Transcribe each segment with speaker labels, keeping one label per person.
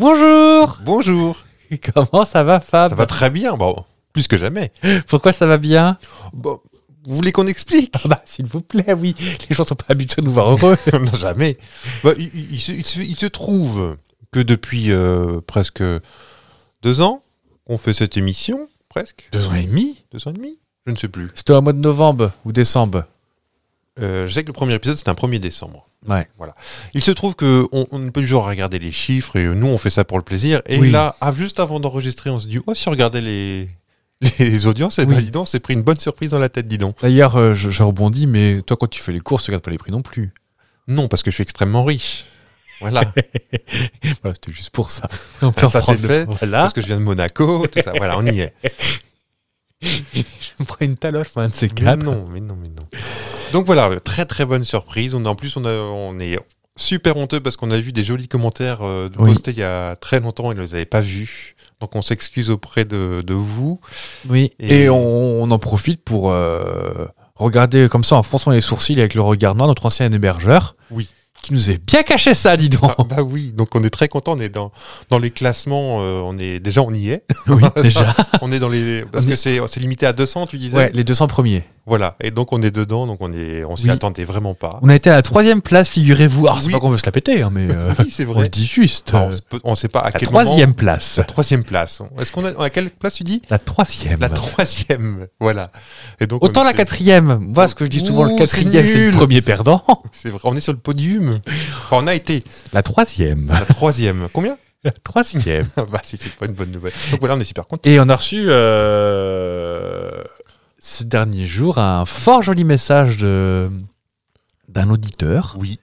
Speaker 1: Bonjour
Speaker 2: Bonjour.
Speaker 1: Comment ça va Fab
Speaker 2: Ça va très bien, bon, plus que jamais.
Speaker 1: Pourquoi ça va bien
Speaker 2: Bon, vous voulez qu'on explique
Speaker 1: Ah bah, S'il vous plaît, oui. Les gens sont pas habitués à nous voir heureux.
Speaker 2: Non, jamais. Bah, il, il- il se, il se- il se trouve que depuis euh, presque deux ans, on fait cette émission, presque.
Speaker 1: Deux ans et demi
Speaker 2: Deux ans et demi Je ne sais plus.
Speaker 1: C'était au mois de novembre ou décembre.
Speaker 2: Euh, je sais que le premier épisode, c'était un 1er décembre.
Speaker 1: Ouais.
Speaker 2: Il se trouve que on on n'est pas du genre à regarder les chiffres, et nous, on fait ça pour le plaisir. Et
Speaker 1: Oui.
Speaker 2: là, ah, juste avant d'enregistrer, on se dit, oh, si on regardait les, les audiences, eh ben,
Speaker 1: Oui.
Speaker 2: dis donc, on s'est pris une bonne surprise dans la tête, dis donc.
Speaker 1: D'ailleurs, euh, je, je rebondis, mais toi, quand tu fais les courses, tu regardes pas les prix non plus.
Speaker 2: Non, parce que je suis extrêmement riche. Voilà.
Speaker 1: Voilà, c'était juste pour ça. On peut
Speaker 2: Ça, c'est
Speaker 1: reprendre le-
Speaker 2: fait.
Speaker 1: Voilà.
Speaker 2: parce que je viens de Monaco, tout ça. Voilà, on y est.
Speaker 1: Je prends une taloche, moi, un de ces
Speaker 2: Mais
Speaker 1: quatre.
Speaker 2: non, mais non, mais non. Donc voilà, très très bonne surprise. On a, en plus, on, a, on est super honteux parce qu'on a vu des jolis commentaires euh,
Speaker 1: Oui.
Speaker 2: postés il y a très longtemps et ne les avait pas vus. Donc on s'excuse auprès de, de vous.
Speaker 1: Oui. Et,
Speaker 2: Et-
Speaker 1: on, on en profite pour euh, regarder comme ça en fronçant les sourcils et avec le regard noir notre ancien hébergeur.
Speaker 2: Oui.
Speaker 1: Qui nous avait bien caché ça, dis donc.
Speaker 2: Ah, bah oui, donc on est très content. On est dans, dans les classements. euh, on est déjà, on y est.
Speaker 1: oui,
Speaker 2: Ça,
Speaker 1: déjà.
Speaker 2: on est dans les parce
Speaker 1: On est-
Speaker 2: que c'est c'est limité à 200, tu disais.
Speaker 1: Ouais, les 200 premiers.
Speaker 2: Voilà, et donc on est dedans. Donc on est, on s'y
Speaker 1: Oui.
Speaker 2: attendait vraiment pas.
Speaker 1: On a été à la troisième place, figurez-vous. Alors, c'est
Speaker 2: Oui.
Speaker 1: pas qu'on veut se la péter, hein, mais euh,
Speaker 2: Oui, c'est
Speaker 1: on le
Speaker 2: vrai.
Speaker 1: dit juste.
Speaker 2: Alors, on
Speaker 1: euh,
Speaker 2: se peut- on ne sait pas à
Speaker 1: la
Speaker 2: quel moment.
Speaker 1: troisième place.
Speaker 2: La troisième place. Est-ce qu'on a à quelle place tu dis
Speaker 1: La troisième.
Speaker 2: La troisième, voilà. Et donc
Speaker 1: Autant
Speaker 2: on
Speaker 1: la
Speaker 2: était-
Speaker 1: quatrième. Moi, ce que je dis souvent, le
Speaker 2: Ouh,
Speaker 1: quatrième,
Speaker 2: c'est
Speaker 1: c'est le
Speaker 2: nul.
Speaker 1: premier perdant.
Speaker 2: C'est vrai, on est sur le podium. Enfin, on a été
Speaker 1: La troisième.
Speaker 2: la troisième. Combien
Speaker 1: La troisième.
Speaker 2: Bah, c'est c'est pas une bonne nouvelle. Donc voilà, on est super content.
Speaker 1: Et on a reçu euh, ces derniers jours un fort joli message de d'un auditeur.
Speaker 2: Oui.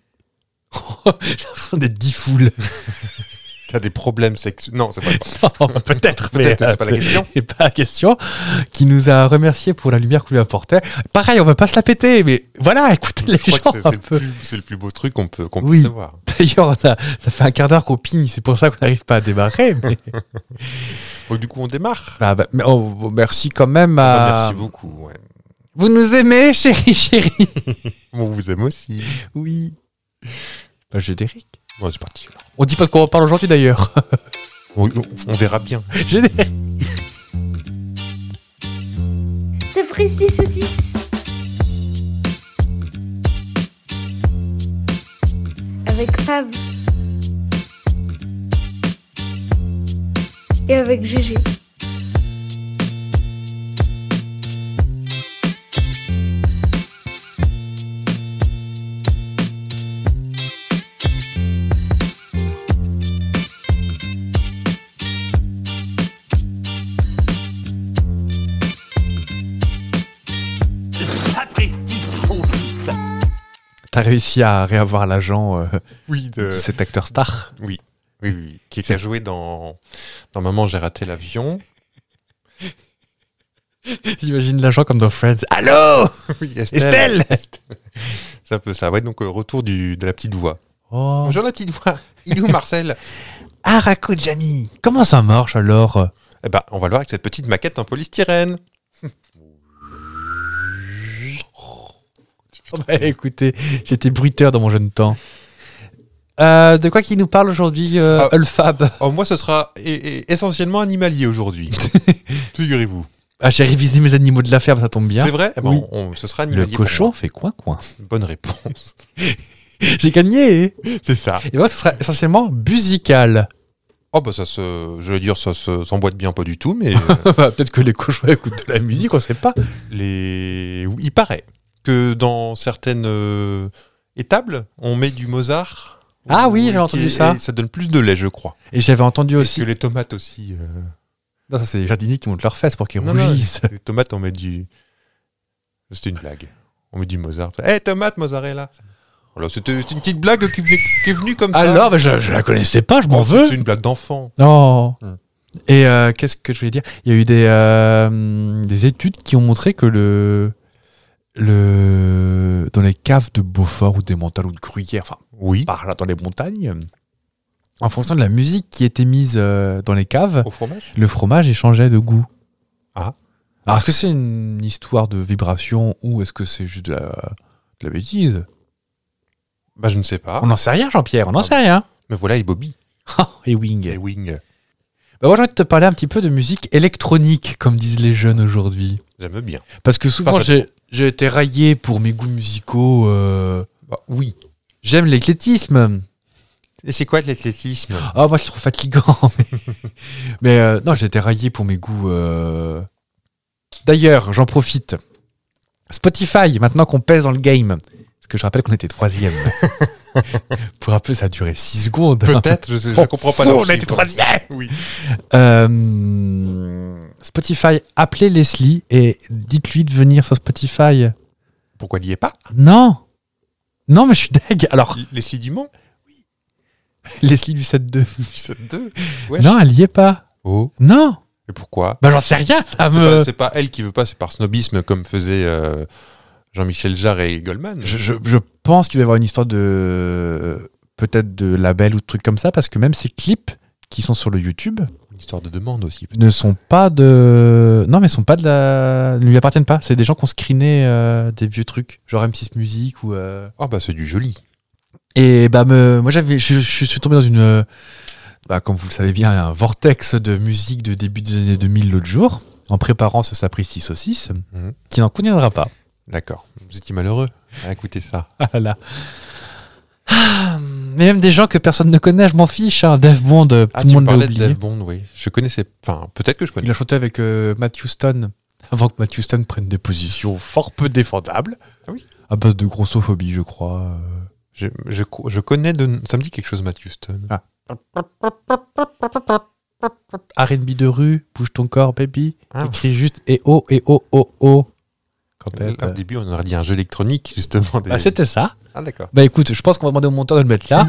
Speaker 1: J'ai l'impression d'être dix foules.
Speaker 2: T'as des problèmes sexuels. Non, c'est pas, pas-
Speaker 1: Non, Oh, Peut-être, mais euh,
Speaker 2: peut-être, mais c'est pas la question.
Speaker 1: c'est pas la question. Qui nous a remercié pour la lumière qu'on lui apportait. Pareil, on va pas se la péter, mais voilà, écoutez les
Speaker 2: Je crois
Speaker 1: gens
Speaker 2: que c'est-
Speaker 1: un
Speaker 2: c'est le,
Speaker 1: peu.
Speaker 2: plus- c'est le plus beau truc qu'on peut, qu'on
Speaker 1: Oui.
Speaker 2: puisse avoir.
Speaker 1: D'ailleurs, on a- ça fait un quart d'heure qu'on pigne, c'est pour ça qu'on n'arrive pas à démarrer. mais-
Speaker 2: Donc, du coup, on démarre.
Speaker 1: Ah bah, mais- oh, merci quand même
Speaker 2: Ah,
Speaker 1: à.
Speaker 2: merci beaucoup. ouais.
Speaker 1: Vous nous aimez, chérie, chérie.
Speaker 2: On vous aime aussi.
Speaker 1: Oui. Bah, générique.
Speaker 2: Bon, c'est parti. alors.
Speaker 1: On dit pas de quoi on parle aujourd'hui d'ailleurs.
Speaker 2: On, on- on verra bien.
Speaker 1: Générique.
Speaker 3: C'est Fristy Saucisse. Avec Fab. Et avec Gégé.
Speaker 1: T'as réussi à réavoir l'agent, euh,
Speaker 2: Oui,
Speaker 1: de
Speaker 2: de...
Speaker 1: cet acteur star.
Speaker 2: Oui, oui, oui. Qui qui a joué dans, dans Maman, j'ai raté l'avion.
Speaker 1: J'imagine l'agent comme dans Friends. Allô
Speaker 2: Oui,
Speaker 1: Estelle
Speaker 2: C'est un peu ça. Ouais, donc euh, retour du, de la petite voix.
Speaker 1: Oh.
Speaker 2: Bonjour la petite voix. Il est où Marcel
Speaker 1: Ah, raconte, Jamie. Comment ça marche alors
Speaker 2: Eh ben, on va le voir avec cette petite maquette en polystyrène.
Speaker 1: Oh, bah, Écoutez, j'étais bruiteur dans mon jeune temps. Euh, de quoi qu'il nous parle aujourd'hui, euh,
Speaker 2: Ah.
Speaker 1: Ulfab
Speaker 2: Oh, moi, ce sera é- é- essentiellement animalier aujourd'hui. Figurez-vous.
Speaker 1: Ah, j'ai révisé mes animaux de la ferme, ça tombe bien.
Speaker 2: C'est vrai Eh ben,
Speaker 1: Oui.
Speaker 2: on, on- ce sera
Speaker 1: Le
Speaker 2: animalier. pour
Speaker 1: cochon
Speaker 2: moi.
Speaker 1: fait coin coin.
Speaker 2: Bonne réponse.
Speaker 1: J'ai gagné.
Speaker 2: C'est ça.
Speaker 1: Et moi, ce sera essentiellement musical.
Speaker 2: Oh, bah, ça se. Je veux dire, ça se- s'emboîte bien pas du tout, mais. euh,
Speaker 1: Bah, Peut-être que les cochons écoutent de la musique, on sait pas.
Speaker 2: les... oui, Il paraît que dans certaines euh, étables, on met du Mozart.
Speaker 1: Ah oui,
Speaker 2: Ou-
Speaker 1: j'ai
Speaker 2: qui-
Speaker 1: entendu
Speaker 2: et
Speaker 1: ça.
Speaker 2: Ça donne plus de lait, je crois.
Speaker 1: Et j'avais entendu
Speaker 2: Parce
Speaker 1: aussi.
Speaker 2: que les tomates aussi. euh,
Speaker 1: Non, ça, c'est les jardiniers qui montent leurs fesses pour qu'ils
Speaker 2: Non, non,
Speaker 1: rougissent.
Speaker 2: Les tomates, on met du. C'était une blague. On met du Mozart. Eh, tomate, mozzarella Alors, c'était c'était une petite blague qui, venait- qui est venue comme ça.
Speaker 1: Alors, bah, je, je la connaissais pas, je
Speaker 2: Oh,
Speaker 1: m'en veux.
Speaker 2: C'est une blague d'enfant.
Speaker 1: Non.
Speaker 2: Hmm.
Speaker 1: Et euh, qu'est-ce que je voulais dire Il y a eu des, euh, des études qui ont montré que le, le, dans les caves de Beaufort ou des mentales ou de Gruyère, enfin,
Speaker 2: Oui.
Speaker 1: par là dans les montagnes, en fonction de la musique qui était mise euh, dans les caves,
Speaker 2: Ah, Au fromage
Speaker 1: le fromage échangeait de goût.
Speaker 2: Ah.
Speaker 1: Alors, est-ce que c'est une histoire de vibration ou est-ce que c'est juste de la, de la bêtise
Speaker 2: Bah, je ne sais pas.
Speaker 1: On n'en sait rien, Jean-Pierre, on n'en
Speaker 2: Ah.
Speaker 1: sait rien.
Speaker 2: Mais voilà, et Bobby.
Speaker 1: Ah, et Wing.
Speaker 2: Les Wings.
Speaker 1: Bah, moi, j'ai envie de te parler un petit peu de musique électronique, comme disent les jeunes aujourd'hui.
Speaker 2: J'aime bien.
Speaker 1: Parce que souvent,
Speaker 2: Enfin, ça
Speaker 1: j'ai j'ai été raillé pour mes goûts musicaux. euh,
Speaker 2: Bah, oui.
Speaker 1: J'aime l'éclectisme.
Speaker 2: Et c'est quoi de l'athlétisme
Speaker 1: Ah, moi, je le trouve fatigant. Mais, mais, euh, non, j'ai été raillé pour mes goûts. euh. D'ailleurs, j'en profite. Spotify, maintenant qu'on pèse dans le game. Parce que je rappelle qu'on était troisième. pour un peu, ça a duré 6 secondes.
Speaker 2: Peut-être, je, sais- je
Speaker 1: On
Speaker 2: comprends pas.
Speaker 1: fout,
Speaker 2: leurs
Speaker 1: on a été
Speaker 2: chiffres.
Speaker 1: troisième
Speaker 2: Oui.
Speaker 1: Euh, Spotify, appelez Leslie et dites-lui de venir sur Spotify.
Speaker 2: Pourquoi il n'y est pas
Speaker 1: Non Non, mais je suis deg. Alors,
Speaker 2: Les Sidimans
Speaker 1: Leslie du 7-2.
Speaker 2: 7-2
Speaker 1: Non, elle y est pas.
Speaker 2: Oh.
Speaker 1: Non
Speaker 2: Et pourquoi
Speaker 1: Bah, j'en sais rien,
Speaker 2: C'est
Speaker 1: femme
Speaker 2: pas- c'est pas, elle qui veut pas, c'est par snobisme comme faisaient euh, Jean-Michel Jarre et Goldman.
Speaker 1: Je, je- je pense qu'il va y avoir une histoire de. Peut-être de label ou de trucs comme ça, parce que même ces clips qui sont sur le YouTube
Speaker 2: Une histoire de demande aussi. peut-être.
Speaker 1: ne sont pas de. Non, mais sont pas de la. ne lui appartiennent pas. C'est des gens qui ont screené euh, des vieux trucs, genre M6 Musique ou. euh,
Speaker 2: Ah bah c'est du joli.
Speaker 1: Et bah me, moi j'avais, je, je suis tombé dans une, euh, bah, comme vous le savez bien, un vortex de musique de début des années 2000 l'autre jour, en préparant ce Sapristi saucisse,
Speaker 2: Mhm.
Speaker 1: qui n'en conviendra pas.
Speaker 2: D'accord. Vous étiez malheureux à écouter ça.
Speaker 1: Ah là là. Ah, mais même des gens que personne ne connaît, je m'en fiche. Hein. Dev Bond, euh, tout
Speaker 2: Ah,
Speaker 1: le
Speaker 2: tu
Speaker 1: monde l'a
Speaker 2: parlais de
Speaker 1: oublié.
Speaker 2: Dave Bond, oui. Je connaissais. Enfin, peut-être que je
Speaker 1: Il
Speaker 2: connais.
Speaker 1: a chanté avec euh, Matt Houston, avant que Matt Houston prenne des positions fort peu défendables.
Speaker 2: Ah oui.
Speaker 1: À base de grossophobie, je crois. euh.
Speaker 2: Je, je, je connais de. Ça me dit quelque chose, Matthew Stone.
Speaker 1: R&B de rue, bouge ton corps, baby.
Speaker 2: Ah.
Speaker 1: Écrit juste et oh et oh oh oh. Quand même.
Speaker 2: Au début, on aurait dit un jeu électronique, justement. des-
Speaker 1: Bah, c'était ça.
Speaker 2: ah d'accord.
Speaker 1: Bah écoute, je pense qu'on va demander au monteur de le mettre là.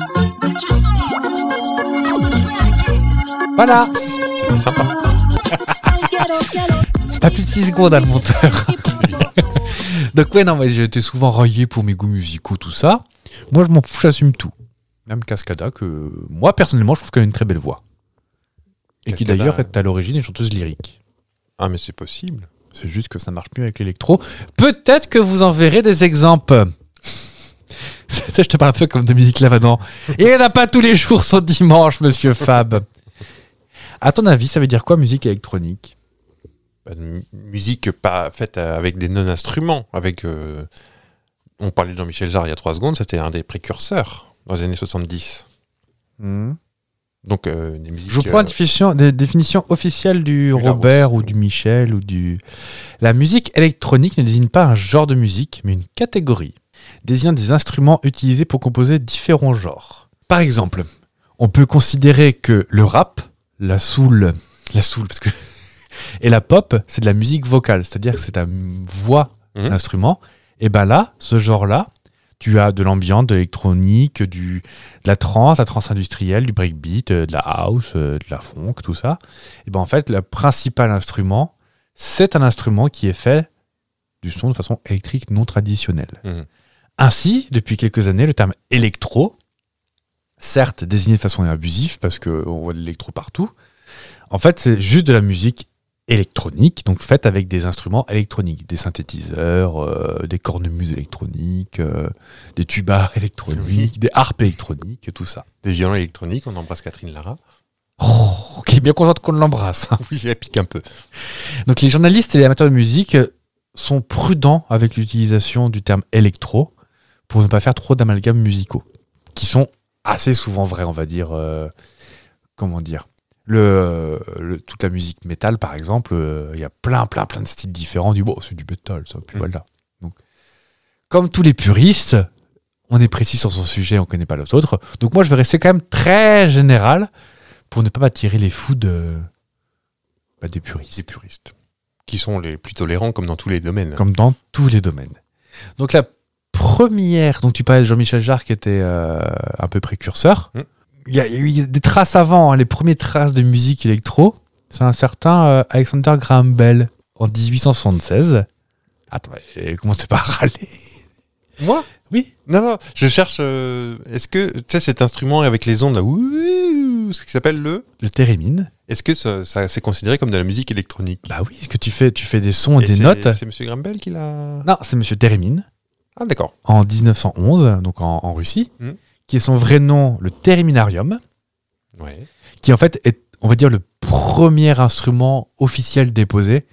Speaker 1: Voilà,
Speaker 2: C'était sympa.
Speaker 1: pas plus de 6 secondes à le monteur. Donc ouais, non, mais j'ai été souvent raillé pour mes goûts musicaux, tout ça. Moi, je m'en fous, j'assume tout. Même Cascada, que moi, personnellement, je trouve qu'elle a une très belle voix. Et qui
Speaker 2: Cascada,
Speaker 1: d'ailleurs
Speaker 2: euh,
Speaker 1: est à l'origine une chanteuse lyrique.
Speaker 2: Ah mais c'est possible.
Speaker 1: C'est juste que ça marche mieux avec l'électro. Peut-être que vous en verrez des exemples. Ça, je te parle un peu comme Dominique Lavanant. Et on n'a pas tous les jours son dimanche, monsieur Fab. À ton avis, ça veut dire quoi musique électronique
Speaker 2: Bah, de mu- musique pas faite avec des non-instruments. Avec. euh, On parlait de Jean-Michel Jarre il y a trois secondes. C'était un des précurseurs dans les années 70. Donc euh, des musiques.
Speaker 1: Je vous prends
Speaker 2: euh,
Speaker 1: la définition, des définitions officielles du
Speaker 2: Larousse.
Speaker 1: Robert ou du Michel ou du. La musique électronique ne désigne pas un genre de musique, mais une catégorie, désignant des instruments utilisés pour composer différents genres. Par exemple, on peut considérer que le rap, la soul, la soul, parce que et la pop, c'est de la musique vocale, c'est-à-dire que c'est ta voix,
Speaker 2: Mhm.
Speaker 1: l'instrument. Et ben là, ce genre-là, tu as de l'ambiance, de l'électronique, du de la trance, la trance industrielle, du breakbeat, euh, de la house, euh, de la funk, tout ça. Et ben en fait, le principal instrument, c'est un instrument qui est fait du son de façon électrique non traditionnelle.
Speaker 2: Mhm.
Speaker 1: Ainsi, depuis quelques années, le terme électro, certes désigné de façon abusive parce qu'on voit de l'électro partout, en fait, c'est juste de la musique électronique, donc faite avec des instruments électroniques, des synthétiseurs, euh, des cornemuses électroniques, euh, des tubas électroniques, des harpes électroniques, tout ça.
Speaker 2: des violons électroniques. On embrasse Catherine Lara.
Speaker 1: Oh, qui est bien contente qu'on l'embrasse. hein.
Speaker 2: Oui, elle pique un peu.
Speaker 1: Donc les journalistes et les amateurs de musique euh, sont prudents avec l'utilisation du terme électro pour ne pas faire trop d'amalgames musicaux, qui sont assez souvent vrais, on va dire. euh, comment dire le, euh, le- toute la musique métal, par exemple, euh, il y a plein, plein, plein de styles différents. Du bon, c'est du métal, ça, puis
Speaker 2: Mm.
Speaker 1: voilà. Donc, comme tous les puristes, on est précis sur son sujet, on connaît pas les autres. Donc, moi, je vais rester quand même très général pour ne pas m'attirer les fous de, bah, des puristes
Speaker 2: Des puristes. Qui sont les plus tolérants, comme dans tous les domaines. hein.
Speaker 1: comme dans tous les domaines. Donc la première, donc tu parlais de Jean-Michel Jarre qui était euh, un peu précurseur.
Speaker 2: Mm.
Speaker 1: Il y a eu des traces avant, hein, les premières traces de musique électro, c'est un certain euh, Alexander Graham Bell en 1876. Attends, mais commencez pas à râler.
Speaker 2: Moi
Speaker 1: Oui.
Speaker 2: Non, non, je cherche. euh, Est-ce que, tu sais, cet instrument avec les ondes, là, ouh, ce qui s'appelle le.
Speaker 1: Le thérémine.
Speaker 2: Est-ce que ça, ça- c'est considéré comme de la musique électronique
Speaker 1: Bah oui, ce que tu fais, tu fais des sons et,
Speaker 2: Et
Speaker 1: des
Speaker 2: c'est-
Speaker 1: notes.
Speaker 2: C'est M. Grambel qui l'a.
Speaker 1: Non, c'est Monsieur Thérémine.
Speaker 2: Ah, d'accord.
Speaker 1: en 1911, donc en, en Russie,
Speaker 2: Mhm.
Speaker 1: qui est son vrai nom, le Terminarium.
Speaker 2: Ouais.
Speaker 1: qui en fait est, on va dire, le premier instrument officiel déposé.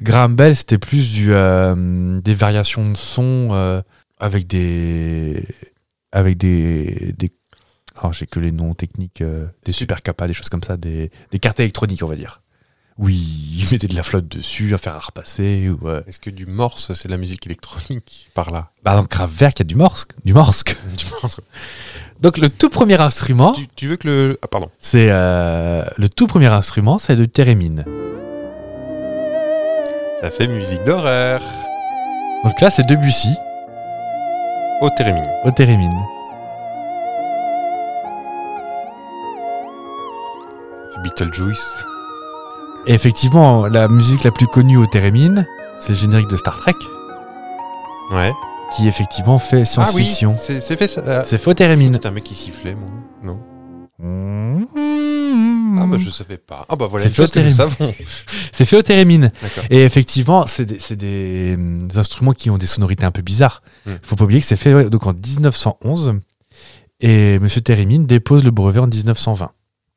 Speaker 1: Graham Bell, c'était plus du, euh, des variations de son euh, avec des. avec des. des alors, j'ai que les noms techniques, euh, des super capas, des choses comme ça, des, des cartes électroniques, on va dire. Oui, ils mettaient de la flotte dessus, un fer à repasser. Ou, euh,
Speaker 2: Est-ce que du morse, c'est de la musique électronique par là
Speaker 1: Bah, dans Kraftwerk, il y a du morse. Du morse.
Speaker 2: du morse.
Speaker 1: Donc, le tout premier instrument.
Speaker 2: Tu, tu veux que le. Ah, pardon.
Speaker 1: C'est euh, le tout premier instrument, c'est le thérémine.
Speaker 2: Ça fait musique d'horreur.
Speaker 1: Donc là, c'est Debussy
Speaker 2: Au thérémine.
Speaker 1: au thérémine.
Speaker 2: Beetlejuice.
Speaker 1: Et effectivement, la musique la plus connue au thérémine, c'est le générique de Star Trek,
Speaker 2: Ouais.
Speaker 1: qui effectivement fait
Speaker 2: ah oui, Ah.
Speaker 1: science-fiction.
Speaker 2: c'est c'est fait ça. euh,
Speaker 1: C'est faux thérémine.
Speaker 2: C'est un mec qui sifflait, moi. Non. Ah bah je savais pas. Ah bah voilà
Speaker 1: Hmm. C'est
Speaker 2: une chose que nous
Speaker 1: terrible.
Speaker 2: savons.
Speaker 1: C'est fait au thérémine.
Speaker 2: D'accord.
Speaker 1: Et effectivement, c'est des, c'est des, hum, des instruments qui ont des sonorités un peu bizarres.
Speaker 2: Hmm.
Speaker 1: Faut pas oublier que c'est fait ouais, donc en 1911. Et Monsieur Thérémine dépose le brevet en 1920.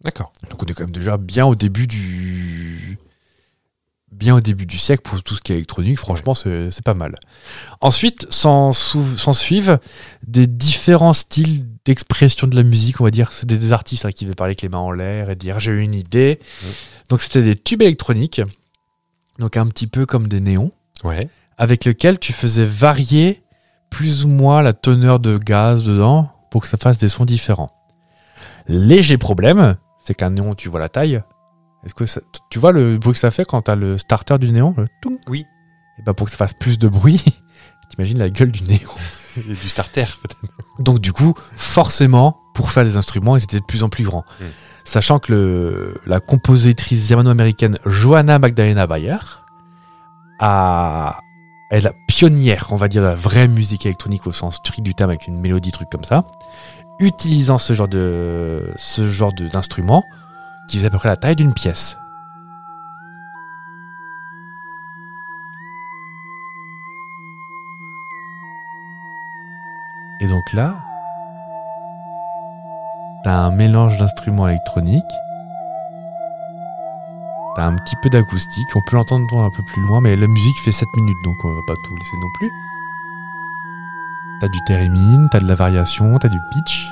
Speaker 2: D'accord.
Speaker 1: Donc on est quand même déjà bien au début du bien au début du siècle pour tout ce qui est électronique. Franchement, c'est- c'est pas mal. Ensuite, s'en sou- s'en suivent des différents styles d'expression de la musique, on va dire. C'est des, des artistes hein, qui veulent parler avec les mains en l'air et dire j'ai une idée.
Speaker 2: Ouais.
Speaker 1: Donc c'était des tubes électroniques, donc un petit peu comme des néons,
Speaker 2: Ouais.
Speaker 1: avec lesquels tu faisais varier plus ou moins la teneur de gaz dedans pour que ça fasse des sons différents. Léger problème, c'est qu'un néon, tu vois la taille. Est-ce que ça- tu vois le bruit que ça fait quand t'as le starter du néon le toum
Speaker 2: Oui.
Speaker 1: Et bah pour que ça fasse plus de bruit, t'imagines la gueule du néon.
Speaker 2: Et du starter peut-être.
Speaker 1: Donc du coup, forcément, pour faire des instruments, ils étaient de plus en plus grands.
Speaker 2: Mm.
Speaker 1: Sachant que le- la compositrice germano-américaine Johanna Magdalena Bayer a, est la pionnière, on va dire, de la vraie musique électronique au sens strict du terme, avec une mélodie, truc comme ça, utilisant ce genre de ce genre de- d'instrument qui faisait à peu près la taille d'une pièce. Et donc là, t'as un mélange d'instruments électroniques, t'as un petit peu d'acoustique, on peut l'entendre un peu plus loin, mais la musique fait 7 minutes, donc on va pas tout laisser non plus. T'as du thérémine, t'as de la variation, t'as du pitch.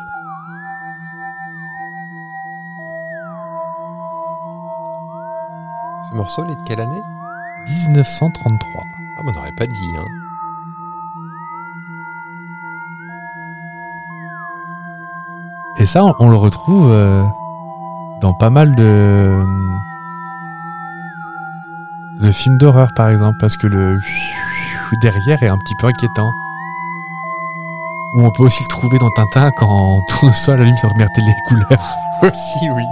Speaker 2: Ce morceau, il est de quelle année
Speaker 1: 1933.
Speaker 2: Ah bah on n'aurait pas dit. Hein.
Speaker 1: Et ça, on, on le retrouve euh, dans pas mal de, de films d'horreur, par exemple, parce que le derrière est un petit peu inquiétant. Ou on peut aussi le trouver dans Tintin quand tout ça allume sa première télé couleur.
Speaker 2: Aussi oui.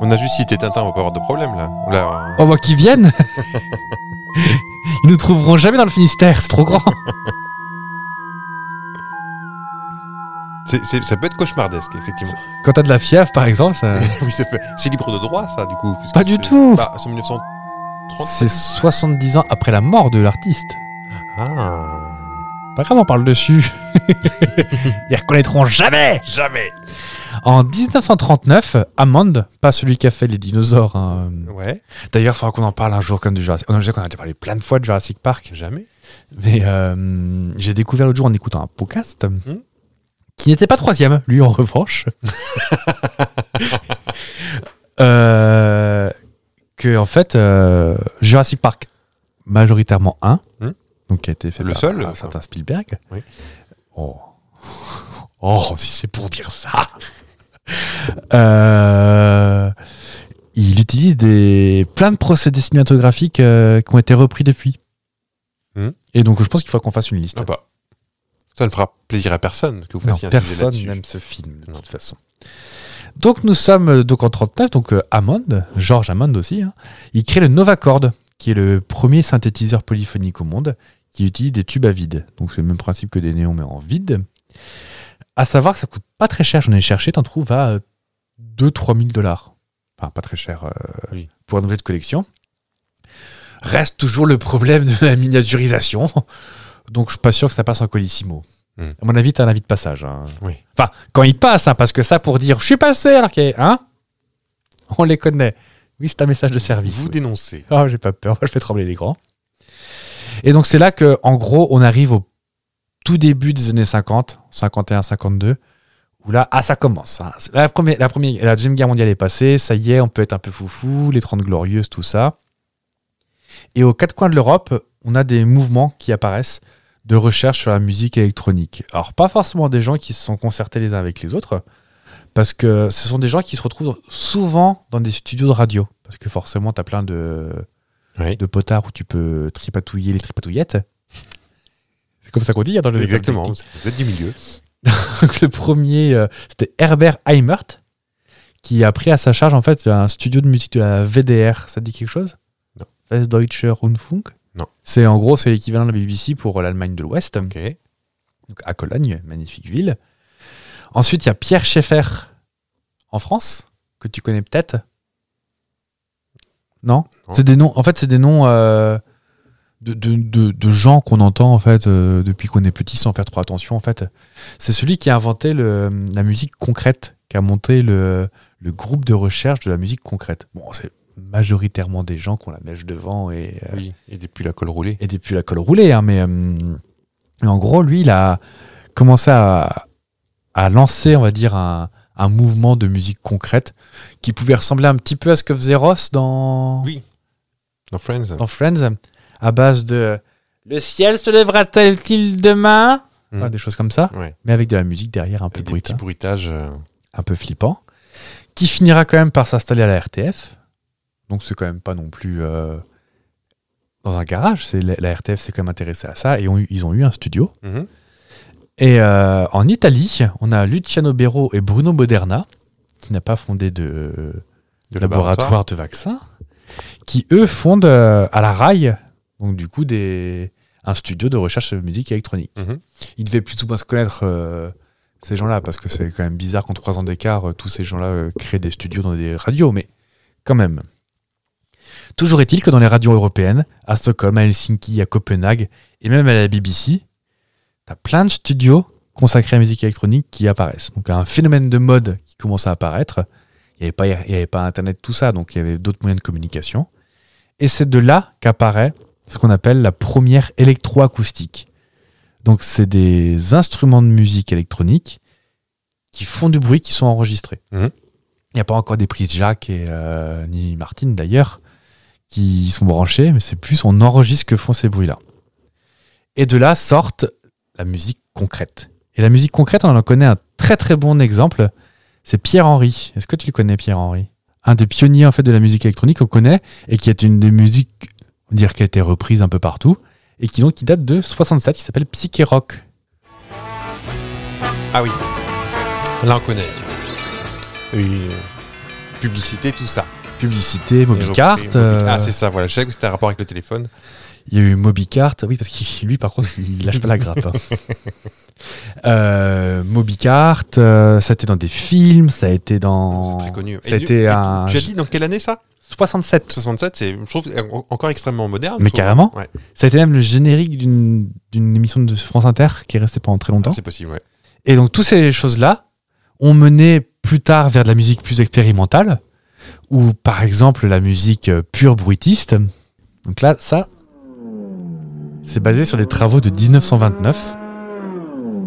Speaker 2: On a juste cité Tintin, on va pas avoir de problème là. On l'a-
Speaker 1: Oh, bah qu'ils viennent Ils nous trouveront jamais dans le Finistère, c'est trop grand
Speaker 2: c'est- c'est- ça peut être cauchemardesque effectivement.
Speaker 1: Quand t'as de la fièvre, par exemple, ça...
Speaker 2: oui, ça peut- c'est libre de droit ça du coup. puisque
Speaker 1: Pas du
Speaker 2: c'est-
Speaker 1: tout.
Speaker 2: Bah, c'est 1930.
Speaker 1: c'est 70 ans après la mort de l'artiste.
Speaker 2: Ah.
Speaker 1: Pas grave, on parle dessus. Ils reconnaîtront jamais
Speaker 2: Jamais.
Speaker 1: En 1939, Hammond, pas celui qui a fait les dinosaures. hein.
Speaker 2: Ouais.
Speaker 1: D'ailleurs, il faudra qu'on en parle un jour comme du Jurassic Park. Oh Je sais qu'on a déjà parlé plein de fois de Jurassic Park,
Speaker 2: Jamais.
Speaker 1: mais euh, j'ai découvert l'autre jour en écoutant un podcast
Speaker 2: Hmm.
Speaker 1: qui n'était pas troisième, lui en revanche. Euh, que en fait, euh, Jurassic Park, majoritairement un,
Speaker 2: Hmm.
Speaker 1: donc qui a été fait
Speaker 2: Le
Speaker 1: par
Speaker 2: seul,
Speaker 1: un
Speaker 2: enfin.
Speaker 1: certain Spielberg.
Speaker 2: Oui.
Speaker 1: Oh. Oh, si c'est pour dire ça Euh, Il utilise des, plein de procédés cinématographiques euh, qui ont été repris depuis.
Speaker 2: Hmm.
Speaker 1: Et donc, je pense qu'il faut qu'on fasse une liste.
Speaker 2: Ah bah. Ça ne fera plaisir à personne que vous
Speaker 1: Non,
Speaker 2: fassiez un sujet
Speaker 1: personne
Speaker 2: là-dessus.
Speaker 1: n'aime ce film, de
Speaker 2: Non.
Speaker 1: toute façon. Donc, nous sommes euh, donc en 39, donc euh, Hammond, George Hammond aussi, hein, il crée le Novacord, qui est le premier synthétiseur polyphonique au monde, qui utilise des tubes à vide. Donc, c'est le même principe que des néons, mais en vide. À savoir que ça coûte pas très cher, j'en ai cherché, t'en trouves à euh, 2-3 000 dollars. Enfin, pas très cher euh,
Speaker 2: Oui.
Speaker 1: pour un objet de collection. Reste toujours le problème de la miniaturisation. Donc, je suis pas sûr que ça passe en colissimo.
Speaker 2: Hmm.
Speaker 1: À mon avis, t'as un avis de passage. hein.
Speaker 2: Oui.
Speaker 1: Enfin, quand ils passent, hein, parce que ça, pour dire je suis passé alors qu'il y a- Hein On les connaît. Oui, c'est un message de service.
Speaker 2: Vous
Speaker 1: oui.
Speaker 2: dénoncez.
Speaker 1: Ah, j'ai pas peur, je fais trembler les grands. Et donc, c'est là que, en gros, on arrive au tout début des années 50, 51, 52, où là, ah, ça commence. hein. C'est La, première, la, première, la Deuxième Guerre mondiale est passée, ça y est, on peut être un peu foufou, les 30 Glorieuses, tout ça. Et aux quatre coins de l'Europe, on a des mouvements qui apparaissent de recherche sur la musique électronique. Alors, pas forcément des gens qui se sont concertés les uns avec les autres, parce que ce sont des gens qui se retrouvent souvent dans des studios de radio. Parce que forcément, tu as plein de,
Speaker 2: Oui.
Speaker 1: de potards où tu peux tripatouiller les tripatouillettes. C'est comme ça qu'on dit hein, dans les écoles
Speaker 2: Exactement.
Speaker 1: techniques.
Speaker 2: Vous êtes du milieu.
Speaker 1: Donc, le premier, euh, c'était Herbert Heimert, qui a pris à sa charge en fait un studio de musique de la VDR. Ça te dit quelque chose
Speaker 2: Non.
Speaker 1: Westdeutscher Rundfunk
Speaker 2: Non.
Speaker 1: C'est en gros c'est l'équivalent de la BBC pour euh, l'Allemagne de l'Ouest,
Speaker 2: Ok.
Speaker 1: donc à Cologne, magnifique ville. Ensuite, il y a Pierre Schaeffer en France, que tu connais peut-être. Non,
Speaker 2: Non.
Speaker 1: C'est des noms. En fait, c'est des noms euh, de, de, de- de gens qu'on entend en fait euh, depuis qu'on est petit sans faire trop attention en fait. C'est celui qui a inventé le- la musique concrète, qui a monté le, le groupe de recherche de la musique concrète. Bon, c'est majoritairement des gens qui ont la mèche devant et, euh,
Speaker 2: Oui. Et depuis la colle roulée.
Speaker 1: et depuis la colle roulée, hein, mais euh, mais en gros, lui, il a commencé à, à lancer, on va dire, un, un mouvement de musique concrète qui pouvait ressembler un petit peu à ce que faisait Ross dans,
Speaker 2: Oui. Dans Friends.
Speaker 1: dans Friends, à base de Le ciel se lèvera-t-il demain
Speaker 2: Mm.
Speaker 1: Voilà, Des choses comme ça,
Speaker 2: Ouais.
Speaker 1: mais avec de la musique derrière un peu hein.
Speaker 2: Avec des
Speaker 1: bruitée
Speaker 2: petits bruitages. euh,
Speaker 1: un peu flippant, qui finira quand même par s'installer à la RTF. Donc c'est quand même pas non plus euh, dans un garage. C'est la, la RTF s'est quand même intéressée à ça et ont eu- ils ont eu un studio.
Speaker 2: mhm.
Speaker 1: Et euh, en Italie, on a Luciano Bero et Bruno Moderna, qui n'a pas fondé de,
Speaker 2: De
Speaker 1: laboratoire de vaccins, qui eux fondent euh, à la RAI, donc du coup des, un studio de recherche de musique électronique.
Speaker 2: Mhm.
Speaker 1: Ils devaient plus ou moins se connaître euh, ces gens-là, parce que c'est quand même bizarre qu'en trois ans d'écart, euh, tous ces gens-là euh, créent des studios dans des radios, mais quand même. Toujours est-il que dans les radios européennes, à Stockholm, à Helsinki, à Copenhague, et même à la BBC, t'as plein de studios consacrés à la musique électronique qui apparaissent. Donc un phénomène de mode qui commence à apparaître, il n'y avait, pas- il y avait pas Internet, tout ça, donc il y avait d'autres moyens de communication. Et c'est de là qu'apparaît ce qu'on appelle la première électroacoustique. Donc c'est des instruments de musique électronique qui font du bruit, qui sont enregistrés.
Speaker 2: Mhm.
Speaker 1: Il n'y a pas encore des prises Jacques et euh, ni Martine d'ailleurs qui sont branchées, mais c'est plus on enregistre que font ces bruits-là. Et de là sortent la musique concrète. Et la musique concrète, on en connaît un très très bon exemple, c'est Pierre Henry. Est-ce que tu le connais, Pierre Henry Un des pionniers en fait de la musique électronique qu'on connaît et qui est une des musiques, on dirait qui a été reprise un peu partout et qui donc qui date de 67, qui s'appelle Psyché Rock.
Speaker 2: Ah oui. Là, on connaît. Oui, euh, Publicité, tout ça.
Speaker 1: Publicité,
Speaker 2: Et
Speaker 1: Mobicart.
Speaker 2: repris,
Speaker 1: euh,
Speaker 2: Mobi- Ah, c'est ça, voilà. Je savais que c'était un rapport avec le téléphone.
Speaker 1: Il y a eu Mobicart, oui, parce que lui, par contre, il lâche pas la grappe. hein. Euh, Mobicart, euh, ça a été dans des films, ça a été dans.
Speaker 2: C'est très connu. Et du-
Speaker 1: C'était
Speaker 2: et
Speaker 1: un.
Speaker 2: Tu as dit dans quelle année ça
Speaker 1: 67.
Speaker 2: 67, c'est, je trouve, euh, encore extrêmement moderne.
Speaker 1: Mais
Speaker 2: je trouve.
Speaker 1: carrément.
Speaker 2: Ouais.
Speaker 1: Ça a été même le générique d'une d'une émission de France Inter qui est restée pendant très
Speaker 2: Ah,
Speaker 1: longtemps.
Speaker 2: c'est possible, ouais.
Speaker 1: Et donc, toutes ces choses-là ont mené plus tard vers de la musique plus expérimentale, ou par exemple la musique euh, pure bruitiste. Donc là, ça, c'est basé sur des travaux de 1929.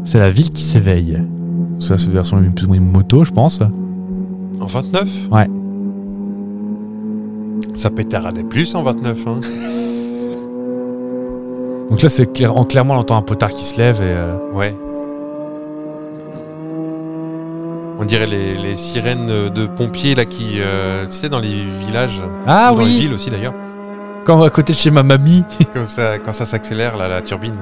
Speaker 1: C'est la ville qui s'éveille. Ça, c'est une version plus ou moins une moto, je pense.
Speaker 2: En 29
Speaker 1: Ouais.
Speaker 2: Ça pétaradait plus en 29, hein.
Speaker 1: Donc là, c'est clair, en- clairement, on entend un potard qui se lève et. euh,
Speaker 2: Ouais. On dirait les, les sirènes de pompiers, là, qui. euh, tu sais, dans les villages.
Speaker 1: Ah
Speaker 2: ou dans les
Speaker 1: oui
Speaker 2: villes aussi, d'ailleurs.
Speaker 1: Quand à côté de chez ma mamie.
Speaker 2: Comme ça, quand ça s'accélère, là, la turbine.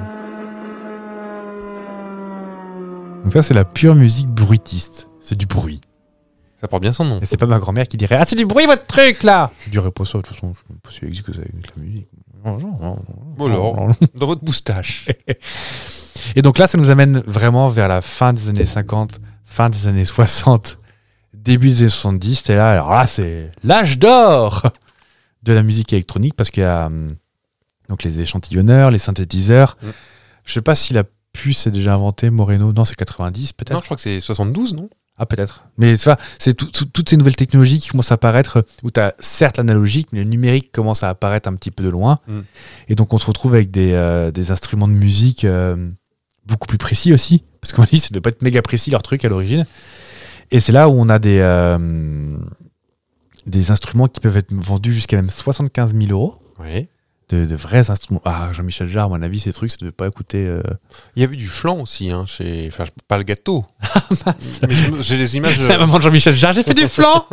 Speaker 1: Donc ça, c'est la pure musique bruitiste. C'est du bruit.
Speaker 2: Ça porte bien son nom.
Speaker 1: Et c'est pas ma grand-mère qui dirait Ah, c'est du bruit votre truc là Je dirais pas ça, de toute façon, je suis pas si que ça avec la musique. Non, non, non,
Speaker 2: Bon,
Speaker 1: non,
Speaker 2: alors,
Speaker 1: non.
Speaker 2: dans votre moustache.
Speaker 1: Et donc là, ça nous amène vraiment vers la fin des années 50, fin des années 60, début des années 70. Et là, alors là, c'est l'âge d'or de la musique électronique parce qu'il y a hum, donc les échantillonneurs, les synthétiseurs.
Speaker 2: Mm.
Speaker 1: Je sais pas si la plus c'est déjà inventé, Moreno. Non, c'est 90 peut-être.
Speaker 2: Non, je crois que c'est 72, non
Speaker 1: Ah, peut-être. Mais c'est, pas- c'est tout- tout- toutes ces nouvelles technologies qui commencent à apparaître, où tu as certes l'analogique, mais le numérique commence à apparaître un petit peu de loin.
Speaker 2: Mm.
Speaker 1: Et donc, on se retrouve avec des, euh, des instruments de musique euh, beaucoup plus précis aussi. Parce qu'on dit, ça ne devait pas être méga précis leur truc à l'origine. Et c'est là où on a des, euh, des instruments qui peuvent être vendus jusqu'à même 75 000 euros.
Speaker 2: Oui.
Speaker 1: De, de vrais instruments. Ah, Jean-Michel Jarre, à mon avis, ces trucs, ça ne devait pas coûter. euh,
Speaker 2: Il y avait du flan aussi, hein, chez... enfin, pas le gâteau. Mais je me- j'ai des images. euh,
Speaker 1: La maman de Jean-Michel Jarre, j'ai fait du flan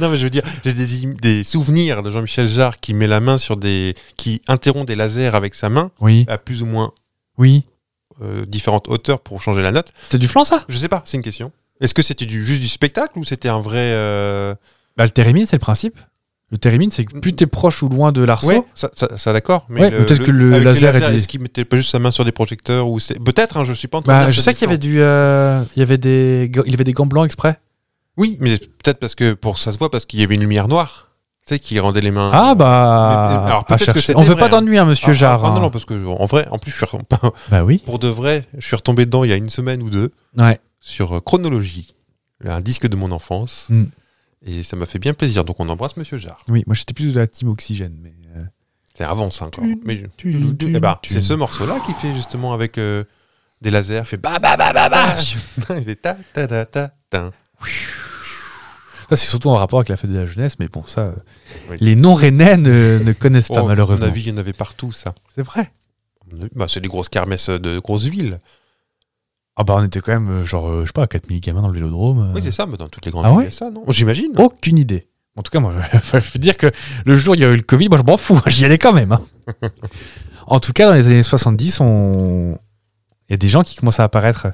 Speaker 2: non, mais je veux dire, j'ai des, im- des souvenirs de Jean-Michel Jarre qui met la main sur des. qui interrompt des lasers avec sa main
Speaker 1: Oui,
Speaker 2: à plus ou moins
Speaker 1: oui.
Speaker 2: euh, différentes hauteurs pour changer la note.
Speaker 1: C'est du flan, ça
Speaker 2: Je sais pas, c'est une question. Est-ce que c'était du, juste du spectacle ou c'était un vrai. euh,
Speaker 1: bah, Le thérémine, c'est le principe. Le thérémine, c'est que plus t'es proche ou loin de l'arceau,
Speaker 2: Ouais, ça, ça- ça, d'accord. Mais
Speaker 1: Ouais, peut-être que le
Speaker 2: avec les
Speaker 1: laser
Speaker 2: lasers,
Speaker 1: était-
Speaker 2: Est-ce qu'il mettait pas juste sa main sur des projecteurs ou c'est- Peut-être, hein, je suis pas en train de
Speaker 1: bah,
Speaker 2: dire
Speaker 1: je
Speaker 2: que
Speaker 1: sais
Speaker 2: c'est
Speaker 1: qu'il y
Speaker 2: plan.
Speaker 1: avait du, euh, il y avait des, il y avait des gants blancs exprès.
Speaker 2: Oui, mais peut-être parce que. pour ça se voit parce qu'il y avait une lumière noire, tu sais, qui rendait les mains.
Speaker 1: Ah bah,
Speaker 2: mais- mais- alors,
Speaker 1: à
Speaker 2: peut-être que
Speaker 1: chercher.
Speaker 2: c'était
Speaker 1: on veut
Speaker 2: vrai,
Speaker 1: pas d'ennui, hein,
Speaker 2: Ah,
Speaker 1: Monsieur
Speaker 2: ah,
Speaker 1: Jarre.
Speaker 2: ah, non,
Speaker 1: hein.
Speaker 2: non, parce que en vrai, en plus, je suis re-
Speaker 1: Bah oui.
Speaker 2: pour de vrai, je suis retombé dedans il y a une semaine ou deux
Speaker 1: Ouais.
Speaker 2: sur euh, Chronologie, un disque de mon enfance.
Speaker 1: Mm.
Speaker 2: Et ça m'a fait bien plaisir. Donc on embrasse Monsieur Jarre.
Speaker 1: Oui, moi j'étais plus de la team oxygène, mais. euh,
Speaker 2: C'est avant ça encore.
Speaker 1: Tune,
Speaker 2: Mais je-
Speaker 1: tune,
Speaker 2: Eh ben,
Speaker 1: tune,
Speaker 2: c'est ce
Speaker 1: tune.
Speaker 2: morceau-là qui fait justement avec euh, des lasers. Il fait bah bah bah bah
Speaker 1: Ah,
Speaker 2: bah. Il fait ta ta ta ta. tin.
Speaker 1: Ça c'est surtout en rapport avec la fête de la jeunesse, mais bon ça, euh,
Speaker 2: Oui.
Speaker 1: les non rennais ne, ne connaissent pas
Speaker 2: Oh, À
Speaker 1: malheureusement.
Speaker 2: mon avis, il y en avait partout ça.
Speaker 1: C'est vrai.
Speaker 2: À mon avis, Bah, c'est des grosses kermesses de grosses villes.
Speaker 1: Ah bah on était quand même euh, genre euh, je sais pas 4000 gamins dans le vélodrome. euh,
Speaker 2: Oui, c'est ça, mais dans toutes les grandes
Speaker 1: Ah
Speaker 2: villes,
Speaker 1: ouais
Speaker 2: il y a ça, non J'imagine.
Speaker 1: Aucune idée. En tout cas, moi, je veux dire que le jour où il y a eu le Covid, moi, je m'en fous. J'y allais quand même. hein. en tout cas, dans les années 70, on... il y a des gens qui commencent à apparaître.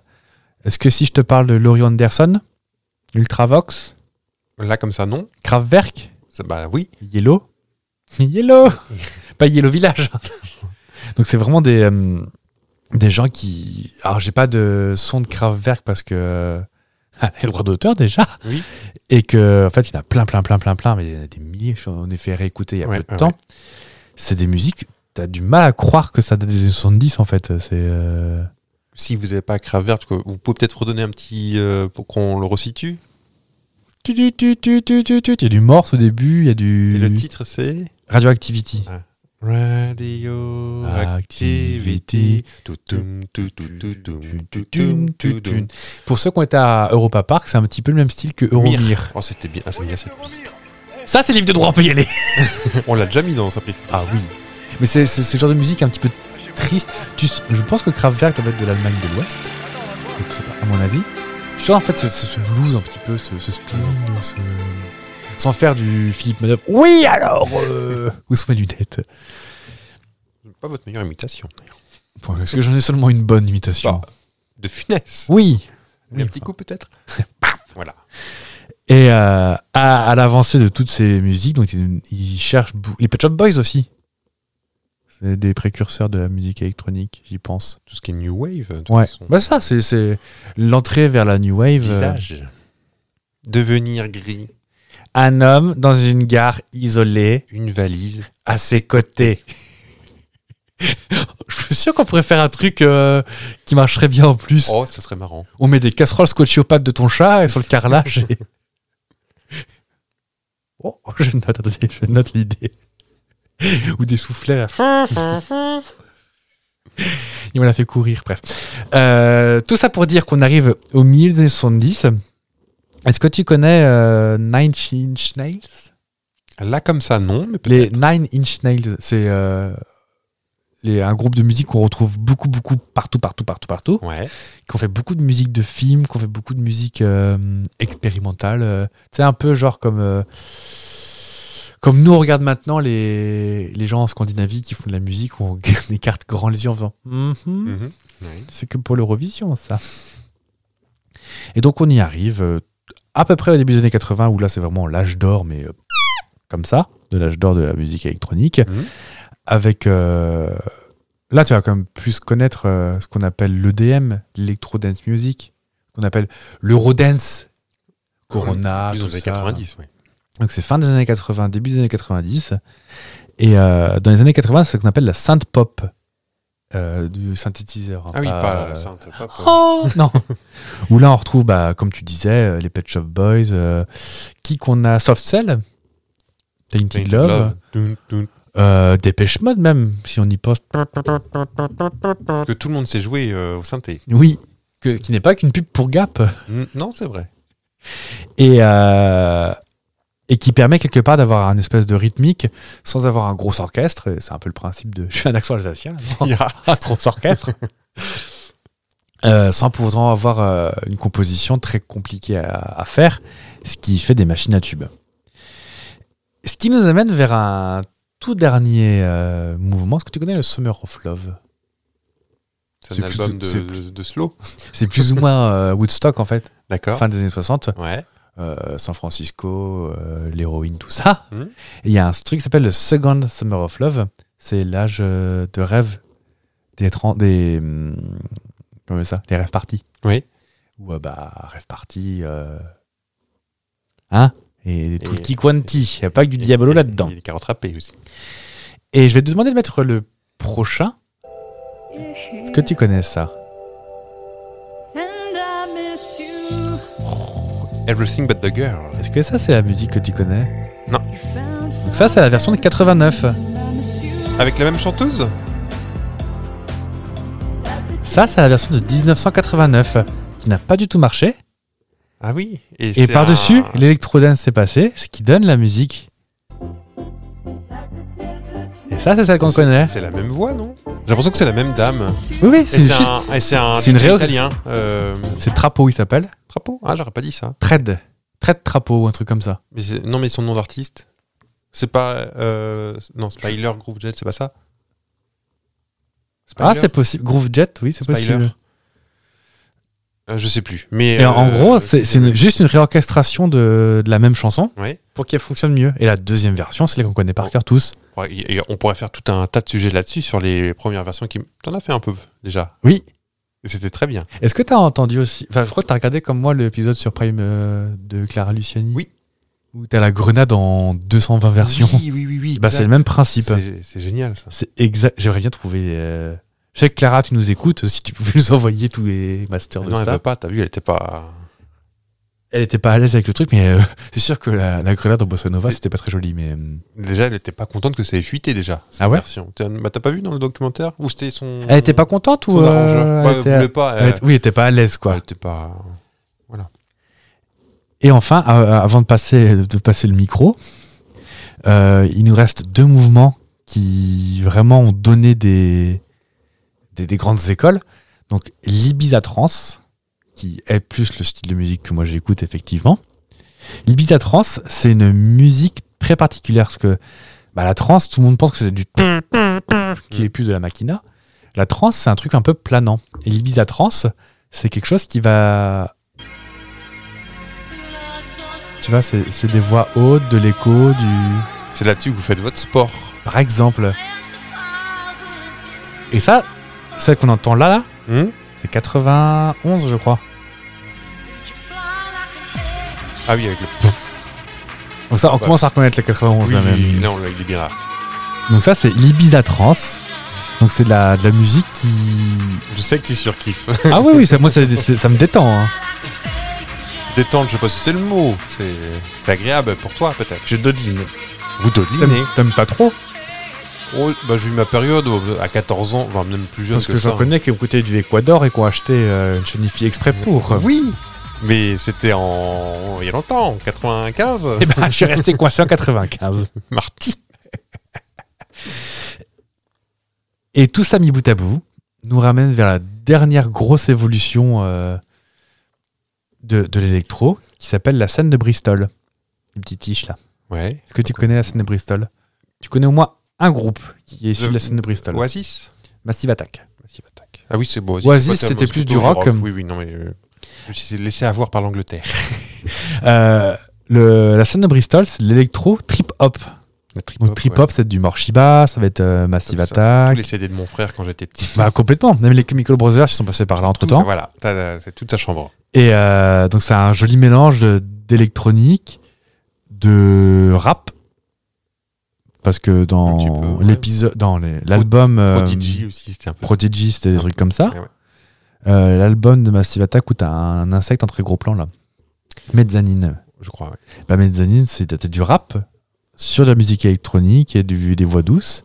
Speaker 1: Est-ce que si je te parle de Laurie Anderson, Ultravox,
Speaker 2: Là, comme ça, non.
Speaker 1: Kraftwerk,
Speaker 2: Ça, bah oui.
Speaker 1: Yellow Yellow Pas Yellow Village. Donc, c'est vraiment des, euh, des gens qui. Alors, j'ai pas de son de Kraftwerk parce que. ah, Le droit d'auteur déjà
Speaker 2: Oui.
Speaker 1: et que en fait il y en a plein plein plein plein plein mais il y en a des milliers je en ai fait réécouter il y a
Speaker 2: Ouais,
Speaker 1: peu de
Speaker 2: ouais,
Speaker 1: temps c'est des musiques t'as du mal à croire que ça date des années 70 en fait c'est euh,
Speaker 2: Si vous n'avez pas Craverte, que- vous pouvez peut-être redonner un petit. euh, pour qu'on le resitue.
Speaker 1: tu, tu, tu, tu, tu, tu, tu. il y a du morse au début il y a
Speaker 2: Et le
Speaker 1: du
Speaker 2: titre, c'est.
Speaker 1: radioactivity
Speaker 2: Radio
Speaker 1: Activity.
Speaker 2: Activity. Toutoum, toutou, toutoum, toutoum,
Speaker 1: Tudum,
Speaker 2: toutoum.
Speaker 1: tudum. pour ceux qui ont été à Europa Park c'est un petit peu le même style que
Speaker 2: Mir.
Speaker 1: Euromir
Speaker 2: Oh, c'était bien. Ah, c'est bien, cette musique.
Speaker 1: ça c'est livre de droit on peut y aller
Speaker 2: On l'a déjà mis dans sa playlist.
Speaker 1: ah oui mais c'est c'est- c'est le genre de musique un petit peu triste Tu s- je pense que Kraftwerk doit être de l'Allemagne de l'Ouest Donc, c'est pas- à mon avis. Je sens en fait ce, ce- ce blues un petit peu, ce, ce spleen, ce- sans faire du Philippe Manœuvre. Oui alors euh, Où sont mes lunettes
Speaker 2: Pas votre meilleure imitation, d'ailleurs.
Speaker 1: Bon, Parce que j'en ai seulement une bonne imitation.
Speaker 2: Bah, De funès.
Speaker 1: Oui
Speaker 2: Un petit coup, peut-être Voilà.
Speaker 1: Et euh, à, à l'avancée de toutes ces musiques, donc ils, ils cherchent bou- les Pet Shop Boys aussi. C'est des précurseurs de la musique électronique, j'y pense.
Speaker 2: Tout ce qui est New Wave. de toute
Speaker 1: Ouais.
Speaker 2: façon.
Speaker 1: Bah ça, c'est- c'est l'entrée vers la new wave. euh,
Speaker 2: Visage. Devenir gris.
Speaker 1: Un homme dans une gare isolée
Speaker 2: Une valise.
Speaker 1: à ses côtés. Je suis sûr qu'on pourrait faire un truc euh, qui marcherait bien en plus.
Speaker 2: Oh, ça serait marrant.
Speaker 1: On met des casseroles scotchées aux pattes de ton chat et sur le carrelage. et- oh, je note, attendez, je note l'idée. Ou des soufflets. là. Il me l'a fait courir, bref. Euh, tout ça pour dire qu'on arrive au milieu des années 70. Est-ce que tu connais euh, Nine Inch Nails
Speaker 2: Là, comme ça, non. Mais peut-être.
Speaker 1: les Nine Inch Nails, c'est euh, les- un groupe de musique qu'on retrouve beaucoup, beaucoup partout, partout, partout, partout.
Speaker 2: Ouais.
Speaker 1: Qu'on fait beaucoup de musique de films, qu'on fait beaucoup de musique euh, expérimentale. euh. C'est un peu genre comme. euh, comme nous, on regarde maintenant les, les gens en Scandinavie qui font de la musique, où on écarte grand les yeux en faisant Mhm.
Speaker 2: Mhm. Oui.
Speaker 1: C'est que pour l'Eurovision, ça. Et donc, on y arrive euh, à peu près au début des années 80, où là, c'est vraiment l'âge d'or, mais euh, comme ça, de l'âge d'or de la musique électronique.
Speaker 2: Mhm.
Speaker 1: Avec. euh, là, tu vas quand même plus connaître euh, ce qu'on appelle l'EDM, l'Electro Dance Music, qu'on appelle l'Eurodance. Corona,
Speaker 2: Plus dans
Speaker 1: Ah, tout
Speaker 2: les années
Speaker 1: ça.
Speaker 2: 90, oui.
Speaker 1: Donc c'est fin des années 80, début des années 90. Et euh, dans les années 80, c'est ce qu'on appelle la synth pop. euh, du synthétiseur. hein,
Speaker 2: Ah oui,
Speaker 1: pas,
Speaker 2: pas
Speaker 1: euh,
Speaker 2: la sainte pape.
Speaker 1: Oh Non Où là, on retrouve, bah, comme tu disais, euh, les Pet Shop Boys. euh, qui qu'on a Soft Cell Tainted Love,
Speaker 2: Dun, dun.
Speaker 1: euh, Dépêche Mode même, si on y pense.
Speaker 2: Que tout le monde sait jouer euh, au synthé.
Speaker 1: Oui, que- qui n'est pas qu'une pub pour Gap.
Speaker 2: Mm, Non, c'est vrai.
Speaker 1: Et, euh, et qui permet quelque part d'avoir un espèce de rythmique sans avoir un gros orchestre. Et C'est un peu le principe de... Je fais un accent alsacien. non
Speaker 2: Il y a-
Speaker 1: un gros orchestre. Euh, sans pourtant avoir euh, une composition très compliquée à, à faire, ce qui fait des machines à tubes. Ce qui nous amène vers un tout dernier euh, mouvement. Est-ce que tu connais le Summer of Love
Speaker 2: C'est
Speaker 1: C'est
Speaker 2: un
Speaker 1: plus-
Speaker 2: album de,
Speaker 1: c'est-
Speaker 2: de- de slow.
Speaker 1: C'est plus ou moins euh, Woodstock en fait,
Speaker 2: D'accord.
Speaker 1: fin des années 60,
Speaker 2: Ouais.
Speaker 1: euh, San Francisco, euh, l'héroïne, tout ça.
Speaker 2: Mhm.
Speaker 1: Et Il y a un truc qui s'appelle le Second Summer of Love. C'est l'âge euh, de rêve des, tren- des hum, comment on appelle ça, les rêves partis.
Speaker 2: Oui.
Speaker 1: Ou euh, bah rêve parti, euh, hein et tout le
Speaker 2: Et-
Speaker 1: Kikwanti. Il n'y a pas que du Diabolo
Speaker 2: Il-
Speaker 1: là-dedans.
Speaker 2: Il est rattrapé aussi.
Speaker 1: Et je vais te demander de mettre le prochain. Est-ce que tu connais ça
Speaker 2: Everything but the girl.
Speaker 1: Est-ce que ça c'est la musique que tu connais
Speaker 4: Donc
Speaker 1: Ça c'est la version de 89.
Speaker 2: Avec la même chanteuse
Speaker 1: Ça c'est la version de 1989 qui n'a pas du tout marché.
Speaker 2: Ah oui.
Speaker 1: Et
Speaker 2: c'est
Speaker 1: par-dessus,
Speaker 2: un-
Speaker 1: l'électrodance s'est passé, ce qui donne la musique. Et ça, c'est celle qu'on
Speaker 2: c'est-
Speaker 1: connaît.
Speaker 2: C'est la même voix, non J'ai l'impression que c'est la même dame.
Speaker 1: Oui, oui,
Speaker 2: Et
Speaker 1: c'est
Speaker 2: C'est
Speaker 1: juste-
Speaker 2: un, et c'est un
Speaker 1: c'est une
Speaker 2: titre
Speaker 1: réorg-
Speaker 2: italien. Euh,
Speaker 1: C'est Trapo, il s'appelle.
Speaker 2: Trapo Ah, j'aurais pas dit ça.
Speaker 1: Tred. Tred Trapo, ou un truc comme ça.
Speaker 2: Mais c'est- non, mais son nom d'artiste, c'est pas. euh, non, Spiler Groove Jet, c'est pas ça
Speaker 1: Ah,
Speaker 2: Spiler
Speaker 1: c'est possible. Groove Jet, oui, c'est
Speaker 2: Spiler.
Speaker 1: possible.
Speaker 2: Euh, Je sais plus. Mais,
Speaker 1: Et en
Speaker 2: euh,
Speaker 1: gros, c'est c'est une- juste une réorchestration de, de la même chanson
Speaker 2: Ouais.
Speaker 1: pour qu'elle fonctionne mieux. Et la deuxième version, c'est celle qu'on connaît par cœur tous.
Speaker 2: Ouais, et- et on pourrait faire tout un tas de sujets là-dessus sur les premières versions qui. T'en as fait un peu déjà.
Speaker 1: Oui.
Speaker 2: Et C'était très bien.
Speaker 1: Est-ce que t'as entendu aussi Enfin, je crois que t'as regardé comme moi l'épisode sur Prime euh, de Clara Luciani.
Speaker 2: Oui.
Speaker 1: Où t'as la grenade en 220 versions.
Speaker 2: Oui, oui, oui. oui
Speaker 1: Bah, c'est le même principe.
Speaker 2: C'est c'est génial ça.
Speaker 1: C'est exact. J'aimerais bien trouver. euh, Je sais que Clara, tu nous écoutes. Si tu pouvais nous envoyer tous les masters de
Speaker 2: Non, elle
Speaker 1: ça.
Speaker 2: veut pas, t'as vu, elle était pas.
Speaker 1: Elle était pas à l'aise avec le truc, mais euh, c'est sûr que la, la grenade en bossa nova, c'était pas très joli. Mais euh,
Speaker 2: Déjà, elle était pas contente que ça ait fuité déjà. cette
Speaker 1: Ah ouais
Speaker 2: version. T'as bah, t'as pas vu dans le documentaire Ou c'était son.
Speaker 1: elle était pas contente ou
Speaker 2: son
Speaker 1: euh,
Speaker 2: arrangeur Ouais,
Speaker 1: elle était-
Speaker 2: voulait pas.
Speaker 1: elle
Speaker 2: euh,
Speaker 1: était- Oui, elle était pas à l'aise quoi.
Speaker 2: elle était pas.
Speaker 1: Et enfin, euh, avant de passer de passer le micro, euh, il nous reste deux mouvements qui vraiment ont donné des des, des grandes écoles. Donc l'Ibiza Trance, qui est plus le style de musique que moi j'écoute effectivement. L'Ibiza Trance, c'est une musique très particulière parce que bah, la trance, tout le monde pense que c'est du qui est plus de la machina. La trance, c'est un truc un peu planant. Et l'Ibiza Trance, c'est quelque chose qui va. Tu vois, c'est c'est des voix hautes, de l'écho, du.
Speaker 2: C'est là-dessus que vous faites votre sport.
Speaker 1: Par exemple. Et ça, celle qu'on entend là, là
Speaker 2: Hmm
Speaker 1: c'est 91, je crois.
Speaker 2: ah oui, avec le.
Speaker 1: Donc ça, on
Speaker 2: Ouais.
Speaker 1: commence à reconnaître la 91
Speaker 2: Oui,
Speaker 1: là même.
Speaker 2: oui, là, on l'a- il est bien là.
Speaker 1: Donc ça, c'est l'Ibiza Trance. Donc c'est de la, de la musique qui...
Speaker 2: Je sais que tu surkiffes.
Speaker 1: Ah oui, oui, ça, moi, ça, c'est- ça me détend. hein.
Speaker 2: Détendre, je sais pas si c'est le mot. C'est c'est agréable pour toi, peut-être.
Speaker 1: Je dodeline.
Speaker 2: Vous
Speaker 1: T'aimes
Speaker 2: dodelinez.
Speaker 1: t'aimes pas trop
Speaker 2: Oh, bah, j'ai eu ma période euh, à 14 ans, enfin, même plus jeune
Speaker 1: Parce
Speaker 2: que,
Speaker 1: que je
Speaker 2: ça.
Speaker 1: connais qui ont coûté du Ecuador et qui ont acheté euh, une chenille exprès pour. euh,
Speaker 2: Oui Mais c'était en. il y a longtemps, en 95.
Speaker 1: Et ben, je suis resté coincé en 95.
Speaker 2: Marty
Speaker 1: Et tout ça mis bout à bout nous ramène vers la dernière grosse évolution euh, de, de l'électro qui s'appelle la scène de Bristol. Une petite tiche là.
Speaker 2: Ouais.
Speaker 1: Est-ce que tu connais la scène de Bristol Tu connais au moins un groupe qui est issu de la scène de Bristol.
Speaker 2: Oasis
Speaker 1: Massive Attack.
Speaker 2: Massive Attack. Ah oui, c'est beau. Oasis,
Speaker 1: Oasis,
Speaker 2: pas tellement,
Speaker 1: c'était
Speaker 2: c'est
Speaker 1: plus
Speaker 2: plutôt
Speaker 1: du rock.
Speaker 2: Europe. Oui, oui, non, mais. euh, je me suis laissé avoir par l'Angleterre.
Speaker 1: Euh, le- la scène de Bristol, c'est de l'électro trip hop.
Speaker 2: Le trip
Speaker 1: Donc trip hop, c'est du Morshiba, ça va être euh, Massive
Speaker 2: Ça, c'est Tous
Speaker 1: Attack.
Speaker 2: les CD de mon frère quand j'étais petit.
Speaker 1: Bah complètement. Même les Chemical Brothers ils sont passés par là entre
Speaker 2: Tout
Speaker 1: temps.
Speaker 2: ça, Voilà, T'as- c'est toute sa chambre.
Speaker 1: Et euh, donc, c'est un joli mélange de- d'électronique, de rap, Parce que
Speaker 2: Un
Speaker 1: dans
Speaker 2: petit peu, ouais.
Speaker 1: l'épisode, dans les- l'album euh,
Speaker 2: Prodigy aussi, c'était un peu.
Speaker 1: Prodigy, c'était des trucs comme ça.
Speaker 2: Ouais, ouais.
Speaker 1: Euh, l'album de Massive Attack où t'as un insecte en très gros plan là. Mezzanine.
Speaker 2: Je crois. ouais.
Speaker 1: Bah, mezzanine, c'est t'as du rap sur de la musique électronique et du- des voix douces.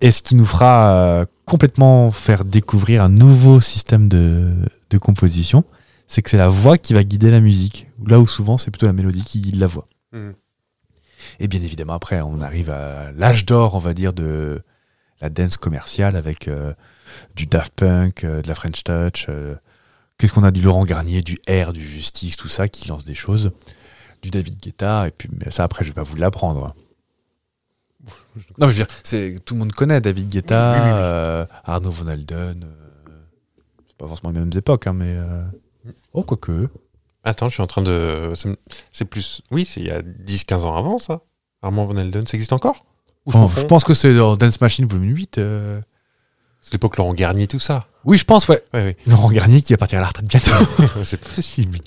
Speaker 1: Et ce qui nous fera euh, complètement faire découvrir un nouveau système de, de composition, c'est que c'est la voix qui va guider la musique. Là où souvent, c'est plutôt la mélodie qui guide la voix.
Speaker 2: Mhm.
Speaker 1: Et bien évidemment, après, on arrive à l'âge d'or, on va dire, de la dance commerciale avec euh, du Daft Punk, euh, de la French Touch. euh, Qu'est-ce qu'on a du Laurent Garnier, du R, du Justice, tout ça, qui lance des choses. Du David Guetta, et puis mais ça, après, je vais pas vous l'apprendre. hein. Non, mais je veux dire, c'est- tout le monde connaît David Guetta,
Speaker 2: Oui, oui, oui.
Speaker 1: euh, Arnaud Von Alden. euh, c'est pas forcément les mêmes époques, hein, mais. euh, oh, quoique.
Speaker 2: Attends, je suis en train de. ça me- C'est plus. Oui, c'est il y a 10-15 ans avant, ça. Armand Van Elden, ça existe encore Ou je
Speaker 1: Oh,
Speaker 2: confonds
Speaker 1: je pense que c'est dans Dance Machine volume 8. euh.
Speaker 2: C'est l'époque Laurent Garnier, tout ça.
Speaker 1: Oui, je pense, ouais.
Speaker 2: Ouais,
Speaker 1: Laurent Garnier qui va partir à la retraite bientôt.
Speaker 2: ouais. c'est possible.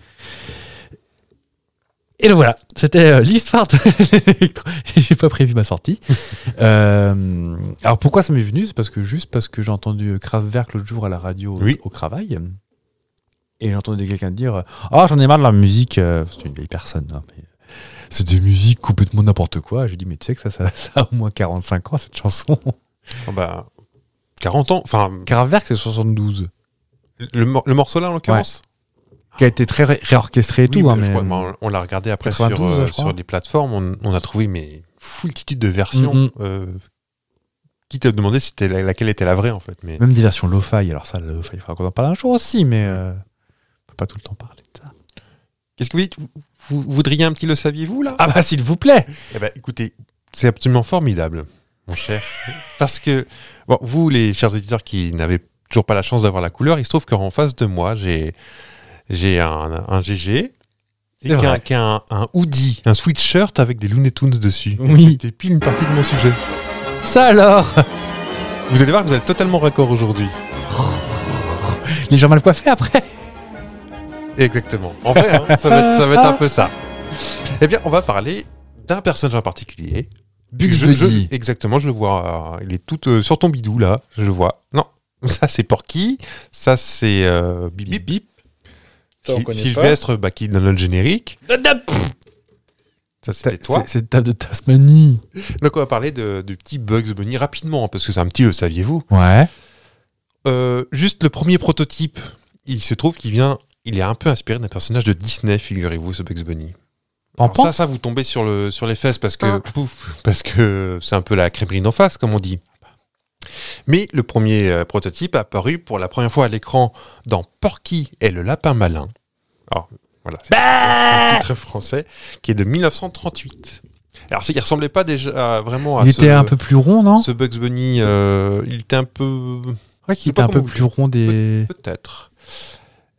Speaker 1: Et donc voilà, c'était euh, l'histoire de l'électro. J'ai pas prévu ma sortie. Euh, alors pourquoi ça m'est venu C'est parce que juste parce que j'ai entendu Kraftwerk l'autre jour à la radio
Speaker 2: Oui.
Speaker 1: au travail. Et j'ai entendu quelqu'un dire Ah, j'en ai marre de la musique. euh, C'est une vieille personne. hein, mais c'est des musiques complètement n'importe quoi. J'ai dit Mais tu sais que ça, ça, ça a au moins 45 ans cette chanson.
Speaker 2: Ah bah, 40 ans. Enfin,
Speaker 1: Kraftwerk, c'est 72.
Speaker 2: le, mor- le morceau là, en l'occurrence
Speaker 1: Qui a été très ré- réorchestré et
Speaker 2: Oui,
Speaker 1: tout. hein,
Speaker 2: mais je
Speaker 1: mais-
Speaker 2: crois que moi, on l'a regardé après
Speaker 1: 92,
Speaker 2: sur, euh,
Speaker 1: je crois.
Speaker 2: sur les plateformes. On, on a trouvé mais foultitude de versions.
Speaker 1: Mhm.
Speaker 2: euh, qui t'a demandé si c'était la- laquelle était la vraie en fait. Mais
Speaker 1: Même des versions lo-fi. Alors ça, le lo-fi, il faudra qu'on en parle un jour aussi, mais euh, on peut pas tout le temps parler de ça.
Speaker 2: qu'est-ce que vous dites vous, vous voudriez un petit le saviez-vous là
Speaker 1: Ah bah s'il vous plaît
Speaker 2: Eh ben, écoutez, c'est absolument formidable, mon cher. Parce que, bon, vous, les chers auditeurs qui n'avez toujours pas la chance d'avoir la couleur, il se trouve qu'en face de moi, j'ai, j'ai un, un GG et
Speaker 1: C'est
Speaker 2: qui a-
Speaker 1: vrai.
Speaker 2: qui a un, un hoodie, un sweatshirt avec des Looney Tunes dessus.
Speaker 1: Oui.
Speaker 2: C'était pile une partie de mon sujet.
Speaker 1: Ça alors
Speaker 2: Vous allez voir que vous êtes totalement raccord aujourd'hui.
Speaker 1: Les gens mal coiffés après
Speaker 2: Exactement. En vrai, hein, ça, va être, ça va être un peu ça. Eh bien, on va parler d'un personnage en particulier.
Speaker 1: Bugs
Speaker 2: Je- je-
Speaker 1: Bunny.
Speaker 2: Exactement, je le vois. euh, Il est tout euh, sur ton bidou là, je le vois. Non, ça c'est Porky, ça c'est euh, Bip Bip.
Speaker 1: Ça, on
Speaker 2: Syl-
Speaker 1: connaît
Speaker 2: Sylvestre bah, qui donne le générique. Ça c'était
Speaker 1: C'est
Speaker 2: toi.
Speaker 1: c'est le table de Tasmanie.
Speaker 2: Donc on va parler de, de petit Bugs Bunny rapidement, hein, parce que c'est un petit, le saviez-vous.
Speaker 1: Ouais.
Speaker 2: Euh, juste le premier prototype, il se trouve qu'il vient, il est un peu inspiré d'un personnage de Disney, figurez-vous, ce Bugs Bunny.
Speaker 1: En
Speaker 2: Alors ça, ça vous tombez sur, le, sur les fesses parce que pouf, parce que c'est un peu la crêperie en face, comme on dit. Mais le premier euh, prototype apparu pour la première fois à l'écran dans Porky et le lapin malin. Alors voilà, c'est
Speaker 1: Bah
Speaker 2: un titre français qui est de 1938. Alors c'est- il ressemblait pas déjà à- vraiment à
Speaker 1: Il
Speaker 2: ce,
Speaker 1: était un peu plus rond, non
Speaker 2: ce Bugs Bunny. euh, il était un peu
Speaker 1: Je crois qu'il
Speaker 2: je sais
Speaker 1: était
Speaker 2: pas
Speaker 1: un peu
Speaker 2: comment
Speaker 1: plus rond des...
Speaker 2: Peut-être.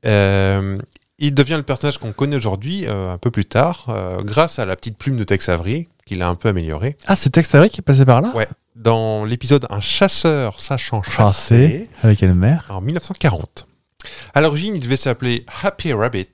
Speaker 2: Euh, il devient le personnage qu'on connaît aujourd'hui euh, un peu plus tard, euh, grâce à la petite plume de Tex Avery, qu'il a un peu améliorée.
Speaker 1: Ah, c'est Tex Avery qui est passé par là
Speaker 2: Ouais. Dans l'épisode Un chasseur sachant
Speaker 1: Chassé.
Speaker 2: chasser,
Speaker 1: Avec Elmer.
Speaker 2: en 1940. À l'origine, il devait s'appeler Happy Rabbit.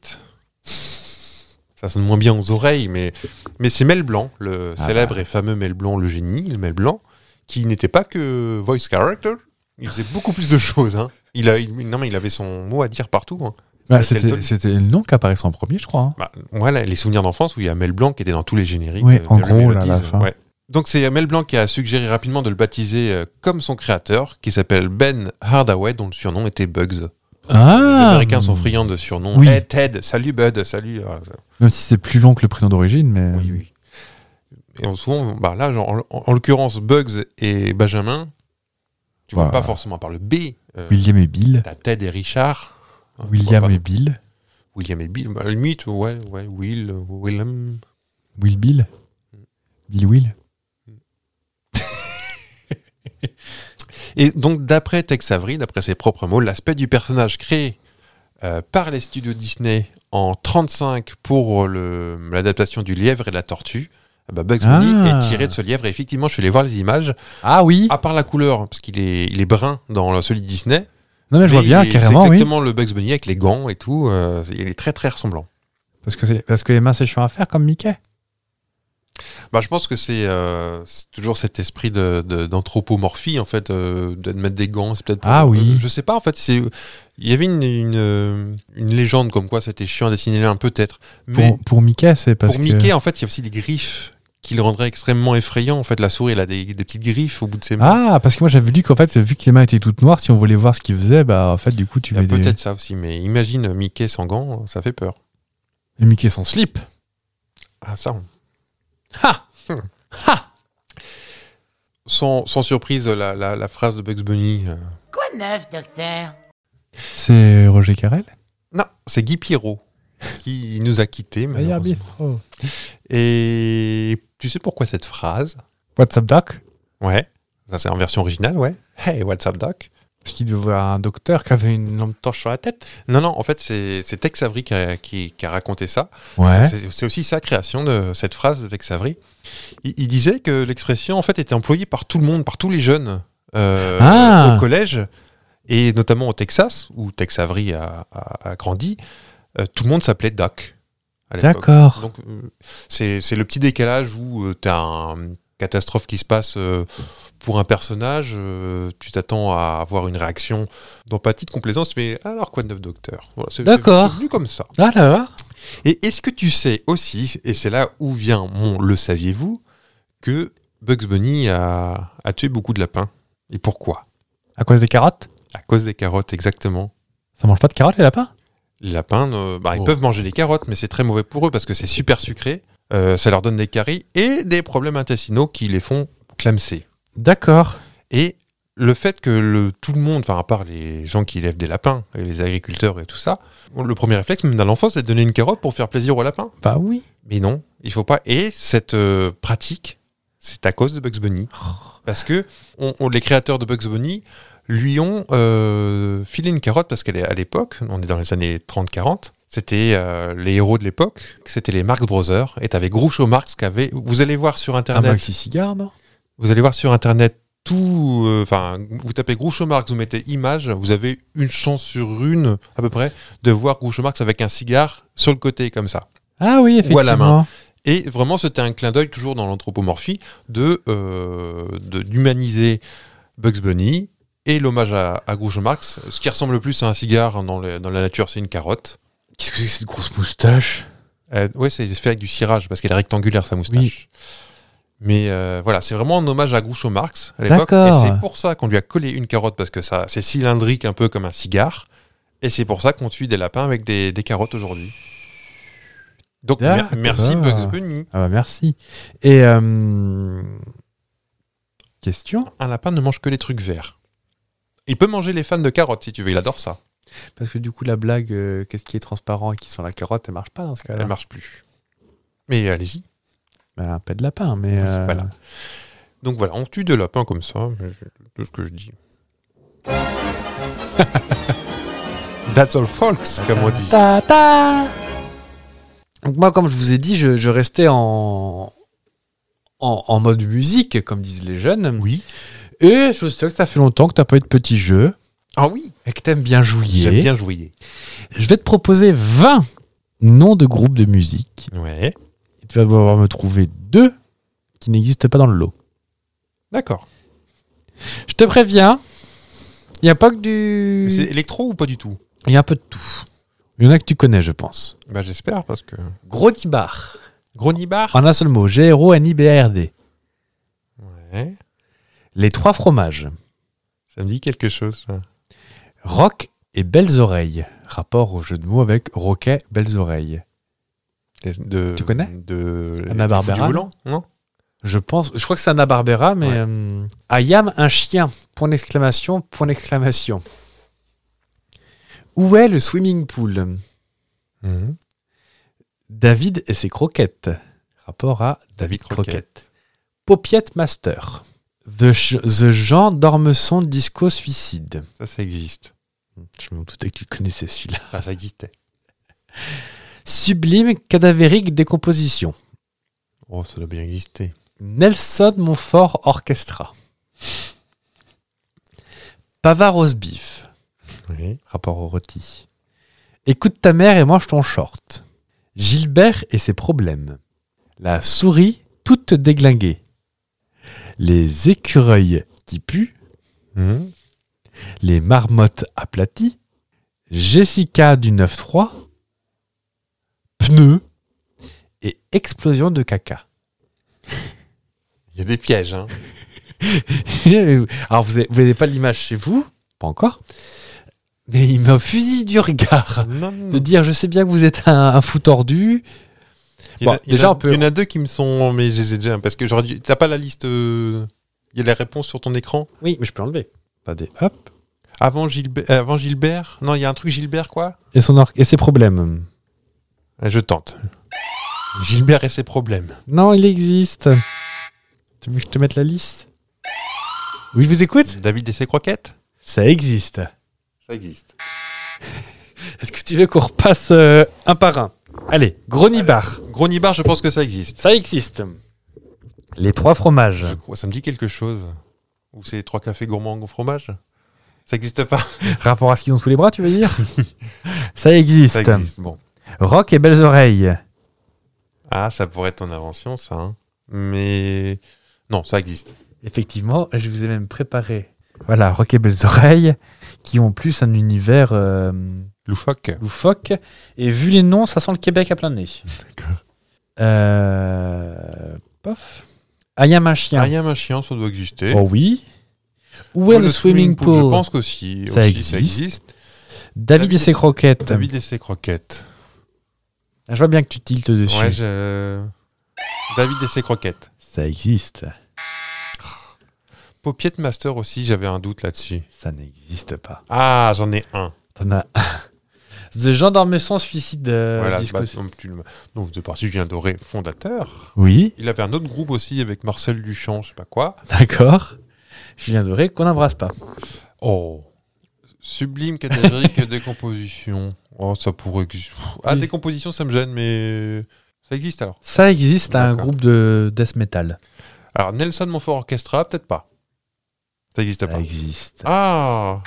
Speaker 2: Ça sonne moins bien aux oreilles, mais, mais c'est Mel Blanc, le
Speaker 1: Ah.
Speaker 2: célèbre et fameux Mel Blanc, le génie, le Mel Blanc, qui n'était pas que voice character. Il faisait beaucoup plus de choses. hein. Il a, il- non, mais il avait son mot à dire partout. hein.
Speaker 1: Bah,
Speaker 2: C'était
Speaker 1: C'était
Speaker 2: le-
Speaker 1: c'était le nom qui apparaissait en premier, je crois. hein.
Speaker 2: Bah, voilà, les souvenirs d'enfance où il y a Mel Blanc qui était dans tous les génériques.
Speaker 1: Ouais,
Speaker 2: euh,
Speaker 1: en
Speaker 2: Merry
Speaker 1: gros, là, à la
Speaker 2: Melodies,
Speaker 1: fin.
Speaker 2: ouais. Donc c'est euh, Mel Blanc qui a suggéré rapidement de le baptiser euh, comme son créateur, qui s'appelle Ben Hardaway, dont le surnom était Bugs. Les
Speaker 1: Ah
Speaker 2: Américains sont friands de surnoms.
Speaker 1: Oui.
Speaker 2: Hey, Ted, salut Bud, salut. Ah, ça-
Speaker 1: Même si c'est plus long que le prénom d'origine, mais...
Speaker 2: Et on- souvent, bah, là, genre, en, en- en l'occurrence, Bugs et Benjamin, tu vois
Speaker 1: Ouais.
Speaker 2: pas forcément par le B. euh,
Speaker 1: William et Bill.
Speaker 2: T'as Ted et Richard. Hein, tu vois
Speaker 1: William
Speaker 2: pas.
Speaker 1: et Bill.
Speaker 2: William et Bill. Bah, à la limite, ouais, ouais, Will, euh, Willem.
Speaker 1: Will Bill. Bill Will.
Speaker 2: Et donc, d'après Tex Avery, d'après ses propres mots, l'aspect du personnage créé euh, par les studios Disney en 35 pour le- l'adaptation du lièvre et la tortue, eh ben, Bugs Bunny
Speaker 1: Ah.
Speaker 2: est tiré de ce lièvre. Et effectivement, je suis allé voir les images.
Speaker 1: Ah oui
Speaker 2: À part la couleur, parce qu'il est, il est brun dans le- celui de Disney.
Speaker 1: Non, mais je vois
Speaker 2: mais
Speaker 1: bien,
Speaker 2: il est-
Speaker 1: carrément,
Speaker 2: C'est
Speaker 1: oui.
Speaker 2: exactement le Bugs Bunny avec les gants et tout. euh, il est très, très ressemblant.
Speaker 1: Parce que, c'est- parce que les mains, c'est chiant à faire comme Mickey.
Speaker 2: Bah, je pense que c'est euh, c'est toujours cet esprit de- de- d'anthropomorphie, en fait, euh, de mettre des gants. c'est peut-être pour-
Speaker 1: Ah oui.
Speaker 2: euh, je sais pas, en fait. c'est- Il y avait une, une, euh, une légende comme quoi c'était chiant à dessiner un peut-être. Mais
Speaker 1: Pour, pour Mickey, c'est
Speaker 2: pour,
Speaker 1: parce que.
Speaker 2: Mickey, en fait, il y a aussi des griffes qui le rendraient extrêmement effrayant. En fait, la souris, elle a des, des petites griffes au bout de ses mains.
Speaker 1: Ah, parce que moi j'avais lu qu'en fait, vu que les mains étaient toutes noires, si on voulait voir ce qu'il faisait, bah en fait, du coup, tu
Speaker 2: Il y a
Speaker 1: mets des...
Speaker 2: peut-être ça aussi, mais imagine Mickey sans gants, ça fait peur.
Speaker 1: Et Mickey sans slip.
Speaker 2: Ah, ça, on-
Speaker 1: Ha Ha
Speaker 2: sans, sans surprise, la, la- la phrase de Bugs Bunny. euh,
Speaker 4: Quoi de neuf, docteur
Speaker 1: C'est Roger Carrel
Speaker 2: Non, c'est Guy Pierrot qui nous a quittés.
Speaker 1: Ah,
Speaker 2: malheureusement. Et tu sais pourquoi cette phrase
Speaker 1: What's up, Doc
Speaker 2: Ouais. Ça, c'est en version originale, ouais. Hey, what's up, doc
Speaker 1: Parce qu'il devait voir un docteur qui avait une lampe torche sur la tête.
Speaker 2: Non, non, en fait, c'est c'est Tex Avery qui a, qui- qui a raconté ça.
Speaker 1: Ouais.
Speaker 2: C'est c'est aussi sa création de cette phrase de Tex Avery. Il, il disait que l'expression, en fait, était employée par tout le monde, par tous les jeunes euh,
Speaker 1: Ah.
Speaker 2: au collège, et notamment au Texas, où Tex Avery a, a- a grandi. euh, tout le monde s'appelait Doc. à l'époque.
Speaker 1: D'accord.
Speaker 2: Donc, euh, c'est c'est le petit décalage où tu as une catastrophe qui se passe euh, pour un personnage, euh, tu t'attends à avoir une réaction d'empathie, de complaisance, mais alors quoi de neuf docteur Voilà, c'est- c'est-
Speaker 1: D'accord.
Speaker 2: c'est venu comme ça.
Speaker 1: Ah, là
Speaker 2: Et est-ce que tu sais aussi, et c'est là où vient mon le saviez-vous, que Bugs Bunny a, a tué beaucoup de lapins Et pourquoi
Speaker 1: À cause des carottes
Speaker 2: À cause des carottes, exactement.
Speaker 1: Ça mange pas de carottes, les lapins
Speaker 2: Les lapins, euh, bah, ils
Speaker 1: Oh.
Speaker 2: peuvent manger des carottes, mais c'est très mauvais pour eux parce que c'est super sucré. euh, ça leur donne des caries et des problèmes intestinaux qui les font clamser.
Speaker 1: D'accord.
Speaker 2: Et le fait que le, tout le monde, enfin à part les gens qui élèvent des lapins et les agriculteurs et tout ça, le premier réflexe même dans l'enfance, c'est de donner une carotte pour faire plaisir aux lapins.
Speaker 1: Bah oui.
Speaker 2: Mais non, il faut pas. Et cette euh, pratique, c'est à cause de Bugs Bunny.
Speaker 1: Oh,
Speaker 2: Parce que on- on- les créateurs de Bugs Bunny lui ont euh, filé une carotte parce qu'elle est à l'époque, on est dans les années 30-40, c'était euh, les héros de l'époque, c'était les Marx Brothers, et t'avais Groucho Marx qui avait. Vous allez voir sur
Speaker 1: Un
Speaker 2: internet.
Speaker 1: maxi cigare, non
Speaker 2: vous allez voir sur internet tout. euh, Enfin, vous tapez Groucho Marx, vous mettez image, vous avez une chance sur une, à peu près, de voir Groucho Marx avec un cigare sur le côté, comme ça.
Speaker 1: Ah oui,
Speaker 2: Ou
Speaker 1: effectivement.
Speaker 2: à la main. Et vraiment, c'était un clin d'œil, toujours dans l'anthropomorphie, de euh, de- d'humaniser Bugs Bunny et l'hommage à, à Groucho Marx. Ce qui ressemble le plus à un cigare dans, le- dans la nature, c'est une carotte.
Speaker 1: Qu'est-ce que c'est que cette grosse moustache
Speaker 2: Euh, ouais, c'est fait avec du cirage, parce qu'elle est rectangulaire, sa moustache.
Speaker 1: Oui.
Speaker 2: Mais euh, voilà, c'est vraiment un hommage à Groucho Marx à l'époque. Et
Speaker 1: D'accord.
Speaker 2: c'est pour ça qu'on lui a collé une carotte, parce que ça, c'est cylindrique un peu comme un cigare. Et c'est pour ça qu'on tue des lapins avec des, des carottes aujourd'hui. Donc, mer-
Speaker 1: D'accord.
Speaker 2: merci Bugs Bunny.
Speaker 1: Ah bah merci. Et. euh, Question
Speaker 2: un lapin ne mange que les trucs verts. Il peut manger les fans de carottes si tu veux, il adore ça.
Speaker 1: Parce que du coup, la blague, euh, qu'est-ce qui est transparent et qui sent la carotte, elle marche pas dans ce cas-là.
Speaker 2: Elle marche plus. Mais allez-y.
Speaker 1: Bah, un peu de lapin, mais. euh,
Speaker 2: voilà. Donc voilà, on tue des lapins comme ça, mais je- tout ce que je dis. That's all folks, comme on dit.
Speaker 1: Ta ta Donc moi, comme je vous ai dit, je, je restais en, en, en mode musique, comme disent les jeunes. Oui. Et je sais que ça fait longtemps que t'as pas eu de petits jeux
Speaker 2: Ah oui,
Speaker 1: et que t'aimes bien jouer.
Speaker 2: j'aime bien jouer.
Speaker 1: Je vais te proposer 20 noms de groupes de musique.
Speaker 2: Ouais,
Speaker 1: Et tu vas devoir me trouver deux qui n'existent pas dans le lot.
Speaker 2: d'accord.
Speaker 1: Je te préviens, il n'y a pas que du...
Speaker 2: Mais C'est électro ou pas du tout
Speaker 1: Il y a un peu de tout. Il y en a que tu connais, je pense.
Speaker 2: Bah j'espère parce que.
Speaker 1: Gros Tibar.
Speaker 2: Gronibar
Speaker 1: En un seul mot, G-R-O-N-I-B-A-R-D.
Speaker 2: Ouais,
Speaker 1: Les trois fromages.
Speaker 2: ça me dit quelque chose. ça.
Speaker 1: Rock et Belles Oreilles. Rapport au jeu de mots avec Roquet, Belles Oreilles.
Speaker 2: De,
Speaker 1: Tu connais
Speaker 2: De.
Speaker 1: Anna Barbera,
Speaker 2: Les Fous du volant, non
Speaker 1: Je pense, je crois que c'est Anna Barbera, mais
Speaker 2: Ouais.
Speaker 1: euh, I am un chien. Point d'exclamation, point d'exclamation. Où est le swimming pool
Speaker 2: Mhm.
Speaker 1: David et ses croquettes. Rapport à David
Speaker 2: David
Speaker 1: Croquette.
Speaker 2: Croquette.
Speaker 1: Popiette Master. The, Ch- The Jean Dormeson Disco Suicide.
Speaker 2: Ça, ça existe.
Speaker 1: Je me doutais que tu connaissais celui-là.
Speaker 2: Ah, ça existait.
Speaker 1: Sublime cadavérique décomposition.
Speaker 2: Oh, ça doit bien exister.
Speaker 1: Nelson Montfort Orchestra. Pavard aux beef,
Speaker 2: Oui.
Speaker 1: rapport au rôti. Écoute ta mère et mange ton short. Gilbert et ses problèmes. La souris toutes déglinguées. Les écureuils qui puent,
Speaker 2: Mhm.
Speaker 1: les marmottes aplaties, Jessica du 9-3, pneus et explosion de caca.
Speaker 2: Il y a des pièges. Hein.
Speaker 1: Alors, vous n'avez vous avez pas l'image chez vous, pas encore, mais il me fusille du regard
Speaker 2: Non, non,
Speaker 1: Ah. de
Speaker 2: non.
Speaker 1: dire Je sais bien que vous êtes un, un fou tordu.
Speaker 2: Il y en a-
Speaker 1: Bon,
Speaker 2: il y en
Speaker 1: déjà,
Speaker 2: a-
Speaker 1: on peut-
Speaker 2: Il y en a deux qui me sont. Mais je les ai déjà. Parce que j'aurais dû- T'as pas la liste. euh, Il y a les réponses sur ton écran
Speaker 1: Oui, mais je peux enlever. Attendez, hop.
Speaker 2: Avant Gilbert, euh, avant Gilbert Non, il y a un truc Gilbert, quoi Euh,
Speaker 1: Et, son or- et ses problèmes.
Speaker 2: Je tente. Gilbert et ses problèmes.
Speaker 1: Non, il existe. Tu veux que je te mette la liste Oui, je vous écoute
Speaker 2: David et ses croquettes
Speaker 1: Ça existe.
Speaker 2: Ça existe.
Speaker 1: Est-ce que tu veux qu'on repasse euh, un par un Allez, gros nibar.
Speaker 2: Gros Nibar, je pense que ça existe.
Speaker 1: Ça existe. Les trois fromages.
Speaker 2: Je crois- Ça me dit quelque chose. Ou c'est les trois cafés gourmands au fromage Ça existe pas
Speaker 1: Rapport à ce qu'ils ont sous les bras, tu veux dire Ça existe.
Speaker 2: Ça existe, bon.
Speaker 1: Rock et belles oreilles.
Speaker 2: Ah, ça pourrait être ton invention, ça. hein. Mais. Non, ça existe.
Speaker 1: Effectivement, je vous ai même préparé. Voilà, Rock et belles oreilles, qui ont plus un univers euh,
Speaker 2: Loufoque.
Speaker 1: loufoque. Et vu les noms, ça sent le Québec à plein nez.
Speaker 2: D'accord.
Speaker 1: Euh, Pof. Ayam un chien.
Speaker 2: Ah, il y a un chien, ça doit exister.
Speaker 1: Oh oui. Où est le, swimming pool,
Speaker 2: Je pense
Speaker 1: Ça
Speaker 2: qu'aussi. aussi, Ça
Speaker 1: existe.
Speaker 2: existe.
Speaker 1: David,
Speaker 2: David
Speaker 1: et ses
Speaker 2: et-
Speaker 1: croquettes. Ah,
Speaker 2: David et ses croquettes.
Speaker 1: Je vois bien que tu tiltes dessus.
Speaker 2: Ouais, je- David et ses croquettes.
Speaker 1: Ça existe.
Speaker 2: Popiette Master aussi, j'avais un doute là-dessus.
Speaker 1: Ça n'existe pas.
Speaker 2: Ah, j'en ai un.
Speaker 1: T'en as un. The gendarme sans suicide. euh,
Speaker 2: voilà,
Speaker 1: disco-
Speaker 2: bah, donc, tu le- donc de partie Julien Doré, fondateur.
Speaker 1: Oui,
Speaker 2: Il avait un autre groupe aussi avec Marcel Duchamp, je sais pas quoi.
Speaker 1: d'accord. Julien Doré, qu'on n'embrasse pas.
Speaker 2: Oh. Sublime catégorique décomposition. Oh, ça pourrait. ex- Ah,
Speaker 1: Oui.
Speaker 2: décomposition, ça me gêne, mais ça existe alors.
Speaker 1: Ça existe, un
Speaker 2: D'accord.
Speaker 1: groupe de death metal.
Speaker 2: Alors, Nelson Montfort Orchestra, peut-être pas. Ça existe
Speaker 1: Ça
Speaker 2: pas.
Speaker 1: existe.
Speaker 2: Ah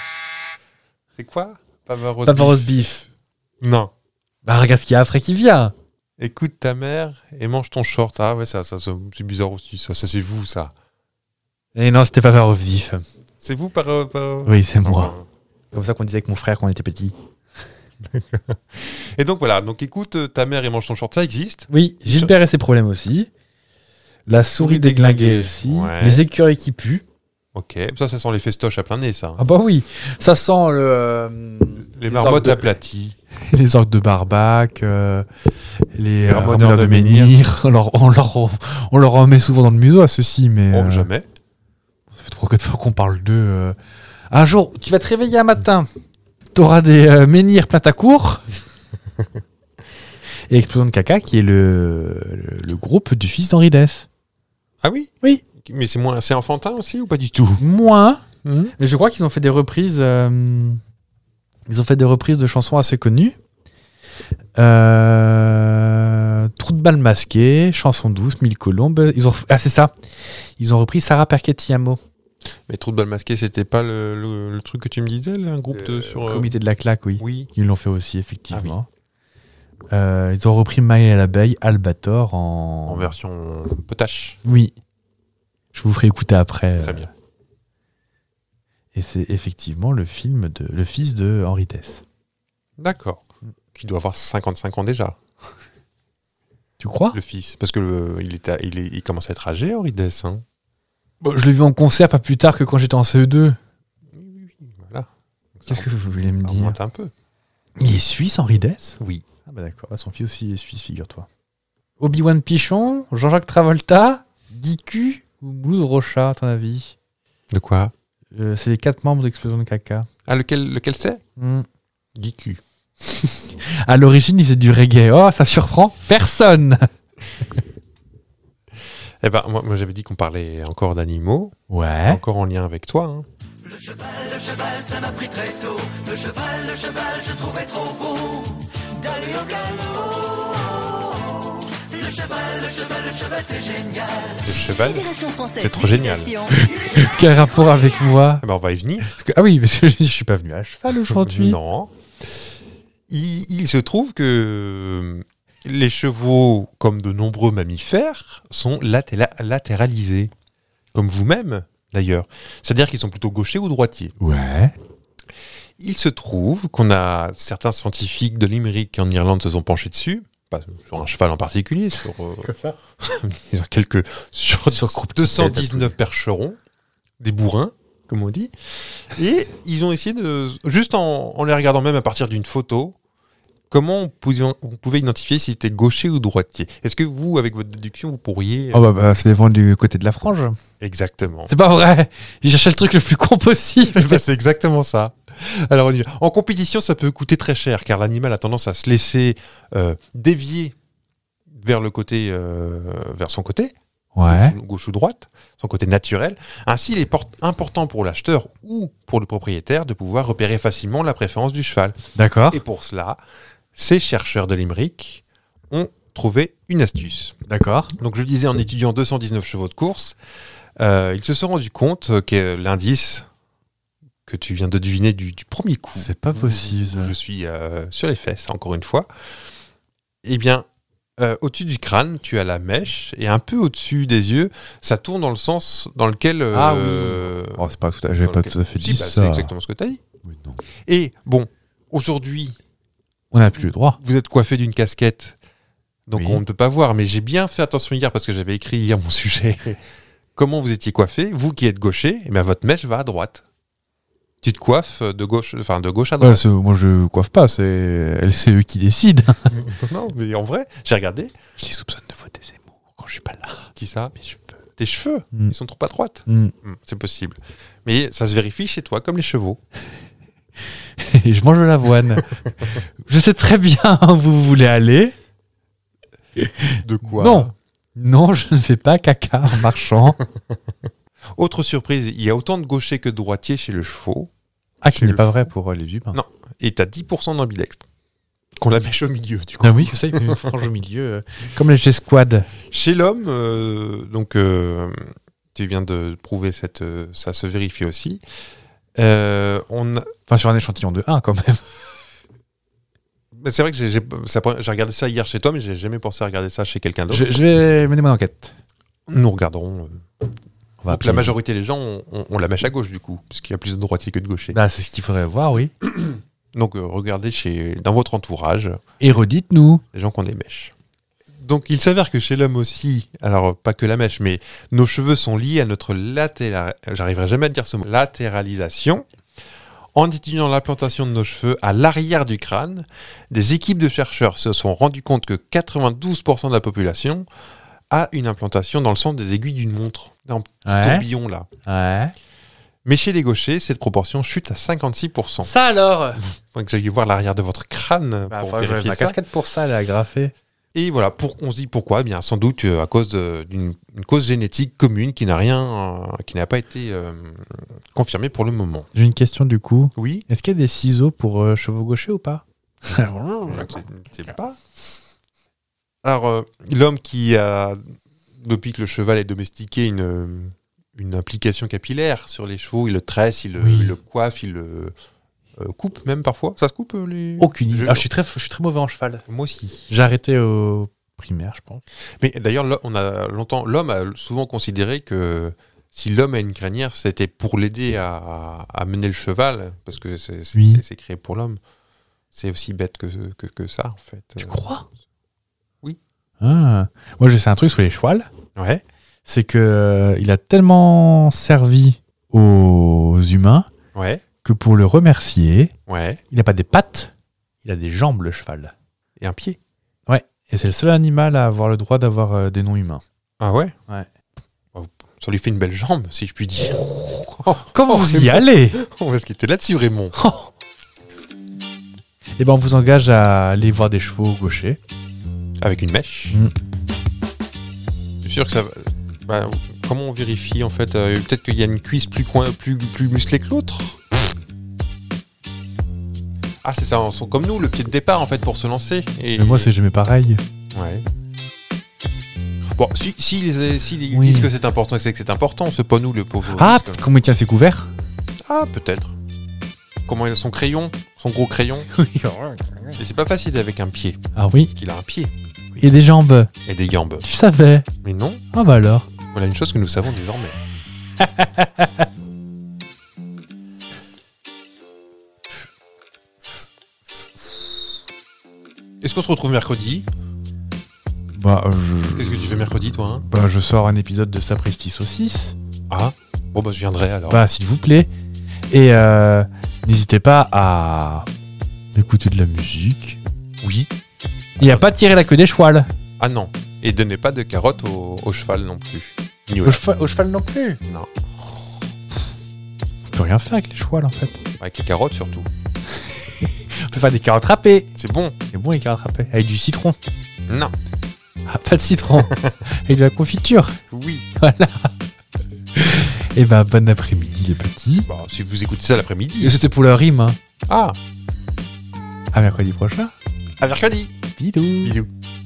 Speaker 2: C'est quoi Pavaros
Speaker 1: Pavaros Beef.
Speaker 2: Non.
Speaker 1: Bah, regarde ce qu'il y a après qui vient.
Speaker 2: Écoute ta mère et mange ton short. Ah ouais, ça, ça, ça, c'est bizarre aussi. Ça, ça c'est vous, ça.
Speaker 1: Et Eh non, c'était pas Pavaros Beef.
Speaker 2: C'est vous par. euh, par-
Speaker 1: Oui, c'est moi.
Speaker 2: Enfin,
Speaker 1: Comme ça qu'on disait avec mon frère quand on était petit.
Speaker 2: Et donc voilà, donc écoute euh, ta mère et mange ton short, ça existe.
Speaker 1: Oui, Gilbert et ses problèmes aussi. La souris
Speaker 2: Souris
Speaker 1: déglinguée
Speaker 2: déglinguée,
Speaker 1: aussi.
Speaker 2: ouais.
Speaker 1: Les écureuils qui puent.
Speaker 2: Ok, ça, ça sent les festoches à plein nez, ça.
Speaker 1: Ah bah oui, ça sent le, euh,
Speaker 2: les marmottes
Speaker 1: orgues de-
Speaker 2: aplaties.
Speaker 1: les orques de Barbac, euh, les
Speaker 2: Les ramoneurs
Speaker 1: Euh, ramoneurs de
Speaker 2: de menhir.
Speaker 1: menhir. On leur, on, leur, on leur en met souvent dans le museau à ceux-ci, mais
Speaker 2: Oh,
Speaker 1: euh, ça
Speaker 2: jamais.
Speaker 1: fait trois quatre fois qu'on parle d'eux. euh. Un jour, tu vas te réveiller un matin, t'auras des euh, menhirs plein ta cour. Et Explosion de caca, qui est le, le, le groupe du fils d'Henri Dess.
Speaker 2: Ah oui
Speaker 1: Oui.
Speaker 2: Mais c'est moins, c'est enfantin aussi ou pas du tout
Speaker 1: Moins, mais je crois qu'ils ont fait des reprises. euh, ils ont fait des reprises de chansons assez connues. Euh, Trou de balle masqué, chanson douce, Mille colombes. Ils ont, ah, c'est ça. Ils ont repris Sarah Perquet-Tiamo.
Speaker 2: Mais Trou de balle masqué, c'était pas le, le- le truc que tu me disais, là, un groupe de, sur. euh,
Speaker 1: Comité de la claque, oui.
Speaker 2: Oui.
Speaker 1: Ils l'ont fait aussi,
Speaker 2: Ah
Speaker 1: effectivement. Euh, ils ont repris Maille à l'abeille, Albator en.
Speaker 2: En version potache.
Speaker 1: Oui. Je vous ferai écouter après.
Speaker 2: Très
Speaker 1: euh,
Speaker 2: bien.
Speaker 1: Et c'est effectivement le film de le fils de Henri Dess.
Speaker 2: D'accord. Qui doit avoir 55 ans déjà,
Speaker 1: Tu crois
Speaker 2: le fils. Parce que euh, il, était, il, est- il commence à être âgé, Horides. Hein.
Speaker 1: Bon, je l'ai vu en concert pas plus tard que quand j'étais en CE2.
Speaker 2: Voilà.
Speaker 1: Qu'est-ce que vous voulez me
Speaker 2: Ça
Speaker 1: dire
Speaker 2: remonte un peu.
Speaker 1: Il est suisse, Henri Dess
Speaker 2: Oui.
Speaker 1: Ah bah d'accord, Ah, son fils aussi est suisse, figure-toi. Obi-Wan Pichon, Jean-Jacques Travolta, Guy Q ou Mouloud Rocha, à ton avis
Speaker 2: De quoi
Speaker 1: Euh, C'est les quatre membres d'Explosion de Caca.
Speaker 2: Ah, lequel, lequel c'est
Speaker 1: Hmm.
Speaker 2: Giku.
Speaker 1: À l'origine, il faisait du reggae. Oh, ça surprend personne
Speaker 2: Eh ben, moi, moi, j'avais dit qu'on parlait encore d'animaux,
Speaker 1: Ouais.
Speaker 2: encore en lien avec toi. hein. Le cheval, le cheval,
Speaker 5: Fédération française.
Speaker 2: C'est trop génial.
Speaker 5: d'équitation.
Speaker 1: Quel rapport avec moi
Speaker 2: ça m'a pris très tôt. Le cheval, le cheval, je trouvais trop beau. D'aller au galop. Le cheval, eh ben, on va y venir.
Speaker 1: Parce que- Ah oui, parce que je suis pas venu à cheval aujourd'hui.
Speaker 2: Non. Il, il se trouve que euh, les chevaux, comme de nombreux mammifères, sont latéla- latéralisés. Comme vous-même, d'ailleurs. C'est-à-dire qu'ils sont plutôt gauchers ou droitiers.
Speaker 1: Ouais.
Speaker 2: Il se trouve qu'on a certains scientifiques de l'Imérique en Irlande se sont penchés dessus, pas sur un cheval en particulier, sur, euh, sur quelques sur,
Speaker 1: Sur groupe
Speaker 2: 219 percherons, des bourrins, comme on dit, et ils ont essayé de juste en, en les regardant même à partir d'une photo. Comment on pouvait, on pouvait identifier si c'était gaucher ou droitier Est-ce que vous, avec votre déduction, vous pourriez...
Speaker 1: Oh bah, bah, c'est les vents du côté de la frange.
Speaker 2: Exactement.
Speaker 1: C'est pas vrai. Il cherchait le truc le plus con possible.
Speaker 2: Eh ben, c'est exactement ça. Alors, on y va. En compétition, ça peut coûter très cher car l'animal a tendance à se laisser euh, dévier vers le côté, euh, vers son côté,
Speaker 1: Ouais.
Speaker 2: gauche ou- gauche ou droite, son côté naturel. Ainsi, il est por- important pour l'acheteur ou pour le propriétaire de pouvoir repérer facilement la préférence du cheval.
Speaker 1: D'accord.
Speaker 2: Et pour cela, ces chercheurs de Limerick ont trouvé une astuce.
Speaker 1: D'accord.
Speaker 2: Donc je le disais en étudiant 219 chevaux de course, euh, ils se sont rendus compte euh, que l'indice que tu viens de deviner du, du premier coup,
Speaker 1: C'est pas possible. ça.
Speaker 2: je suis euh, sur les fesses encore une fois, eh bien, euh, au-dessus du crâne, tu as la mèche et un peu au-dessus des yeux, ça tourne dans le sens dans lequel... euh,
Speaker 1: Ah oui.
Speaker 2: dans
Speaker 1: Oh, c'est pas tout à, j'avais pas
Speaker 2: lequel-
Speaker 1: tout à fait
Speaker 2: Si,
Speaker 1: dit
Speaker 2: bah,
Speaker 1: ça.
Speaker 2: C'est exactement ce que tu as dit.
Speaker 1: Oui, non.
Speaker 2: Et bon, aujourd'hui,
Speaker 1: On n'a plus le droit.
Speaker 2: vous êtes coiffé d'une casquette, donc
Speaker 1: Oui.
Speaker 2: on ne peut pas voir. Mais j'ai bien fait attention hier parce que j'avais écrit hier mon sujet. Comment vous étiez coiffé Vous qui êtes gaucher, eh bien, votre mèche va à droite. Tu te coiffes de gauche, enfin de gauche à
Speaker 1: Ouais,
Speaker 2: droite.
Speaker 1: Bah, c'est- moi je coiffe pas, c'est c'est eux qui décident.
Speaker 2: non, mais en vrai, j'ai regardé.
Speaker 1: Je les soupçonne de voter Zemmour quand je suis pas là.
Speaker 2: Qui ça Mes cheveux. Tes cheveux,
Speaker 1: Mm.
Speaker 2: ils sont trop à droite. Mm, C'est possible. Mais ça se vérifie chez toi comme les chevaux.
Speaker 1: Et je mange de l'avoine. je sais très bien où vous voulez aller.
Speaker 2: De quoi
Speaker 1: Non, non, je ne fais pas caca en marchant.
Speaker 2: Autre surprise, il y a autant de gauchers que de droitiers chez le chevaux.
Speaker 1: Ah, qui
Speaker 2: Chez
Speaker 1: n'est
Speaker 2: le
Speaker 1: pas
Speaker 2: fou.
Speaker 1: vrai pour euh, les humains.
Speaker 2: Non. Et t'as 10% d'ambidextre. Qu'on la mèche au milieu, du coup.
Speaker 1: Ah oui, ça, il fait une frange au milieu, euh, comme les G-Squad.
Speaker 2: Chez l'homme, euh, donc euh, tu viens de prouver cette, euh, ça se vérifie aussi. Euh, on, a-
Speaker 1: Enfin, sur un échantillon de 1 quand même.
Speaker 2: mais c'est vrai que j'ai- j'ai ça- j'ai regardé ça hier chez toi, mais j'ai jamais pensé à regarder ça chez quelqu'un d'autre.
Speaker 1: Je, Bah, je vais mener mon enquête.
Speaker 2: Nous regarderons. euh.
Speaker 1: On va
Speaker 2: Donc, la
Speaker 1: appeler-
Speaker 2: majorité des gens, on, on- on la mèche à gauche du coup, parce qu'il y a plus de droitiers que de gauchers.
Speaker 1: Bah, c'est ce qu'il faudrait voir, oui.
Speaker 2: Donc euh, regardez chez, dans votre entourage
Speaker 1: Et redites-nous.
Speaker 2: les gens qui ont des mèches. Donc il s'avère que chez l'homme aussi, alors pas que la mèche, mais nos cheveux sont liés à notre latéra- j'arriverai jamais à dire ce mot, latéralisation. En étudiant l'implantation de nos cheveux à l'arrière du crâne, des équipes de chercheurs se sont rendues compte que 92% de la population a une implantation dans le sens des aiguilles d'une montre, un petit
Speaker 1: Ouais.
Speaker 2: tourbillon là.
Speaker 1: Ouais.
Speaker 2: Mais chez les gauchers, cette proportion chute à 56%.
Speaker 1: Ça alors
Speaker 2: Faut que j'aille voir l'arrière de votre crâne
Speaker 1: bah,
Speaker 2: pour
Speaker 1: faudrait que j'enlève
Speaker 2: vérifier
Speaker 1: ma
Speaker 2: ça.
Speaker 1: casquette pour ça, là, graffée.
Speaker 2: Et voilà, pour, on se dit pourquoi Eh bien, Sans doute euh, à cause de- d'une une cause génétique commune qui n'a rien, euh, qui n'a pas été euh, confirmée pour le moment.
Speaker 1: J'ai une question du coup.
Speaker 2: Oui,
Speaker 1: Est-ce qu'il y a des ciseaux pour euh, chevaux gauchers ou pas
Speaker 2: je ne sais pas. Alors, euh, l'homme qui a, depuis que le cheval est domestiqué, une, une implication capillaire sur les chevaux, il le tresse, il le,
Speaker 1: Oui.
Speaker 2: il le coiffe, il le euh, coupe même parfois. Ça se coupe euh, les...
Speaker 1: Aucune
Speaker 2: Je-
Speaker 1: idée. Ah, je, suis très, je suis très mauvais en cheval.
Speaker 2: Moi aussi.
Speaker 1: J'ai arrêté au primaire, je pense.
Speaker 2: Mais d'ailleurs, l'ho- on a longtemps, l'homme a souvent considéré que si l'homme a une crinière, c'était pour l'aider à, à- à mener le cheval, parce que c'est c'est-
Speaker 1: Oui.
Speaker 2: c'est- c'est créé pour l'homme. C'est aussi bête que, que, que ça, en fait.
Speaker 1: Tu crois
Speaker 2: Oui.
Speaker 1: Ah. Moi, je sais un truc sur les chevals.
Speaker 2: Ouais.
Speaker 1: c'est que euh, il a tellement servi aux humains
Speaker 2: Ouais.
Speaker 1: que pour le remercier,
Speaker 2: Ouais.
Speaker 1: il n'a pas des pattes, il a des jambes le cheval.
Speaker 2: Et un pied.
Speaker 1: Et c'est le seul animal à avoir le droit d'avoir euh, des noms humains.
Speaker 2: Ah ouais
Speaker 1: Ouais.
Speaker 2: Oh, Ça lui fait une belle jambe, si je puis dire.
Speaker 1: Comment
Speaker 2: vous
Speaker 1: y allez
Speaker 2: On va se quitter là-dessus, Raymond.
Speaker 1: Eh ben, on vous engage à aller voir des chevaux gauchers.
Speaker 2: Avec une mèche.
Speaker 1: Mm.
Speaker 2: Je suis sûr que ça va. bah, comment on vérifie en fait euh, Peut-être qu'il y a une cuisse plus, coin- plus, plus musclée que l'autre Ah, c'est ça, on sont comme nous, le pied de départ en fait pour se lancer. Et...
Speaker 1: Mais moi, c'est jamais pareil.
Speaker 2: Ouais. Bon, si, si, les- si ils
Speaker 1: Oui.
Speaker 2: disent que c'est important, c'est que c'est important, c'est pas nous le pauvre.
Speaker 1: Ah,
Speaker 2: parce
Speaker 1: peut-être
Speaker 2: que-
Speaker 1: qu'on tient ses couverts
Speaker 2: Ah, peut-être. Comment il a son crayon Son gros crayon Et c'est pas facile avec un pied,
Speaker 1: Ah oui.
Speaker 2: parce qu'il a un pied.
Speaker 1: et des jambes.
Speaker 2: Et des gambes.
Speaker 1: Tu savais
Speaker 2: Mais non,
Speaker 1: Ah bah alors.
Speaker 2: voilà une chose que nous savons désormais. Est-ce qu'on se retrouve mercredi
Speaker 1: Bah, euh, je,
Speaker 2: Qu'est-ce que tu fais mercredi, toi hein
Speaker 1: bah, je sors un épisode de Sapristi Saucisse.
Speaker 2: Ah Bon, bah, je viendrai alors.
Speaker 1: Bah, s'il vous plaît. Et euh, n'hésitez pas à écouter de la musique.
Speaker 2: oui.
Speaker 1: Et à pas tirer la queue des chevals.
Speaker 2: Ah non. Et donnez pas de carottes au, au cheval non plus. Ni au-
Speaker 1: Au, cheval, au cheval non plus.
Speaker 2: Non.
Speaker 1: On peut rien faire avec les chevals en fait.
Speaker 2: Avec les carottes surtout.
Speaker 1: On peut faire des carottes râpées.
Speaker 2: C'est bon
Speaker 1: C'est bon les carottes râpées. Avec du citron.
Speaker 2: Non.
Speaker 1: Ah, pas de citron. Avec de la confiture.
Speaker 2: Oui.
Speaker 1: Et ben, bon après-midi les petits.
Speaker 2: Bah, si vous écoutez ça
Speaker 1: Et
Speaker 2: l'après-midi.
Speaker 1: c'était pour la rime. hein.
Speaker 2: Ah
Speaker 1: À mercredi prochain.
Speaker 2: À mercredi
Speaker 1: Bisous.
Speaker 2: Bisous.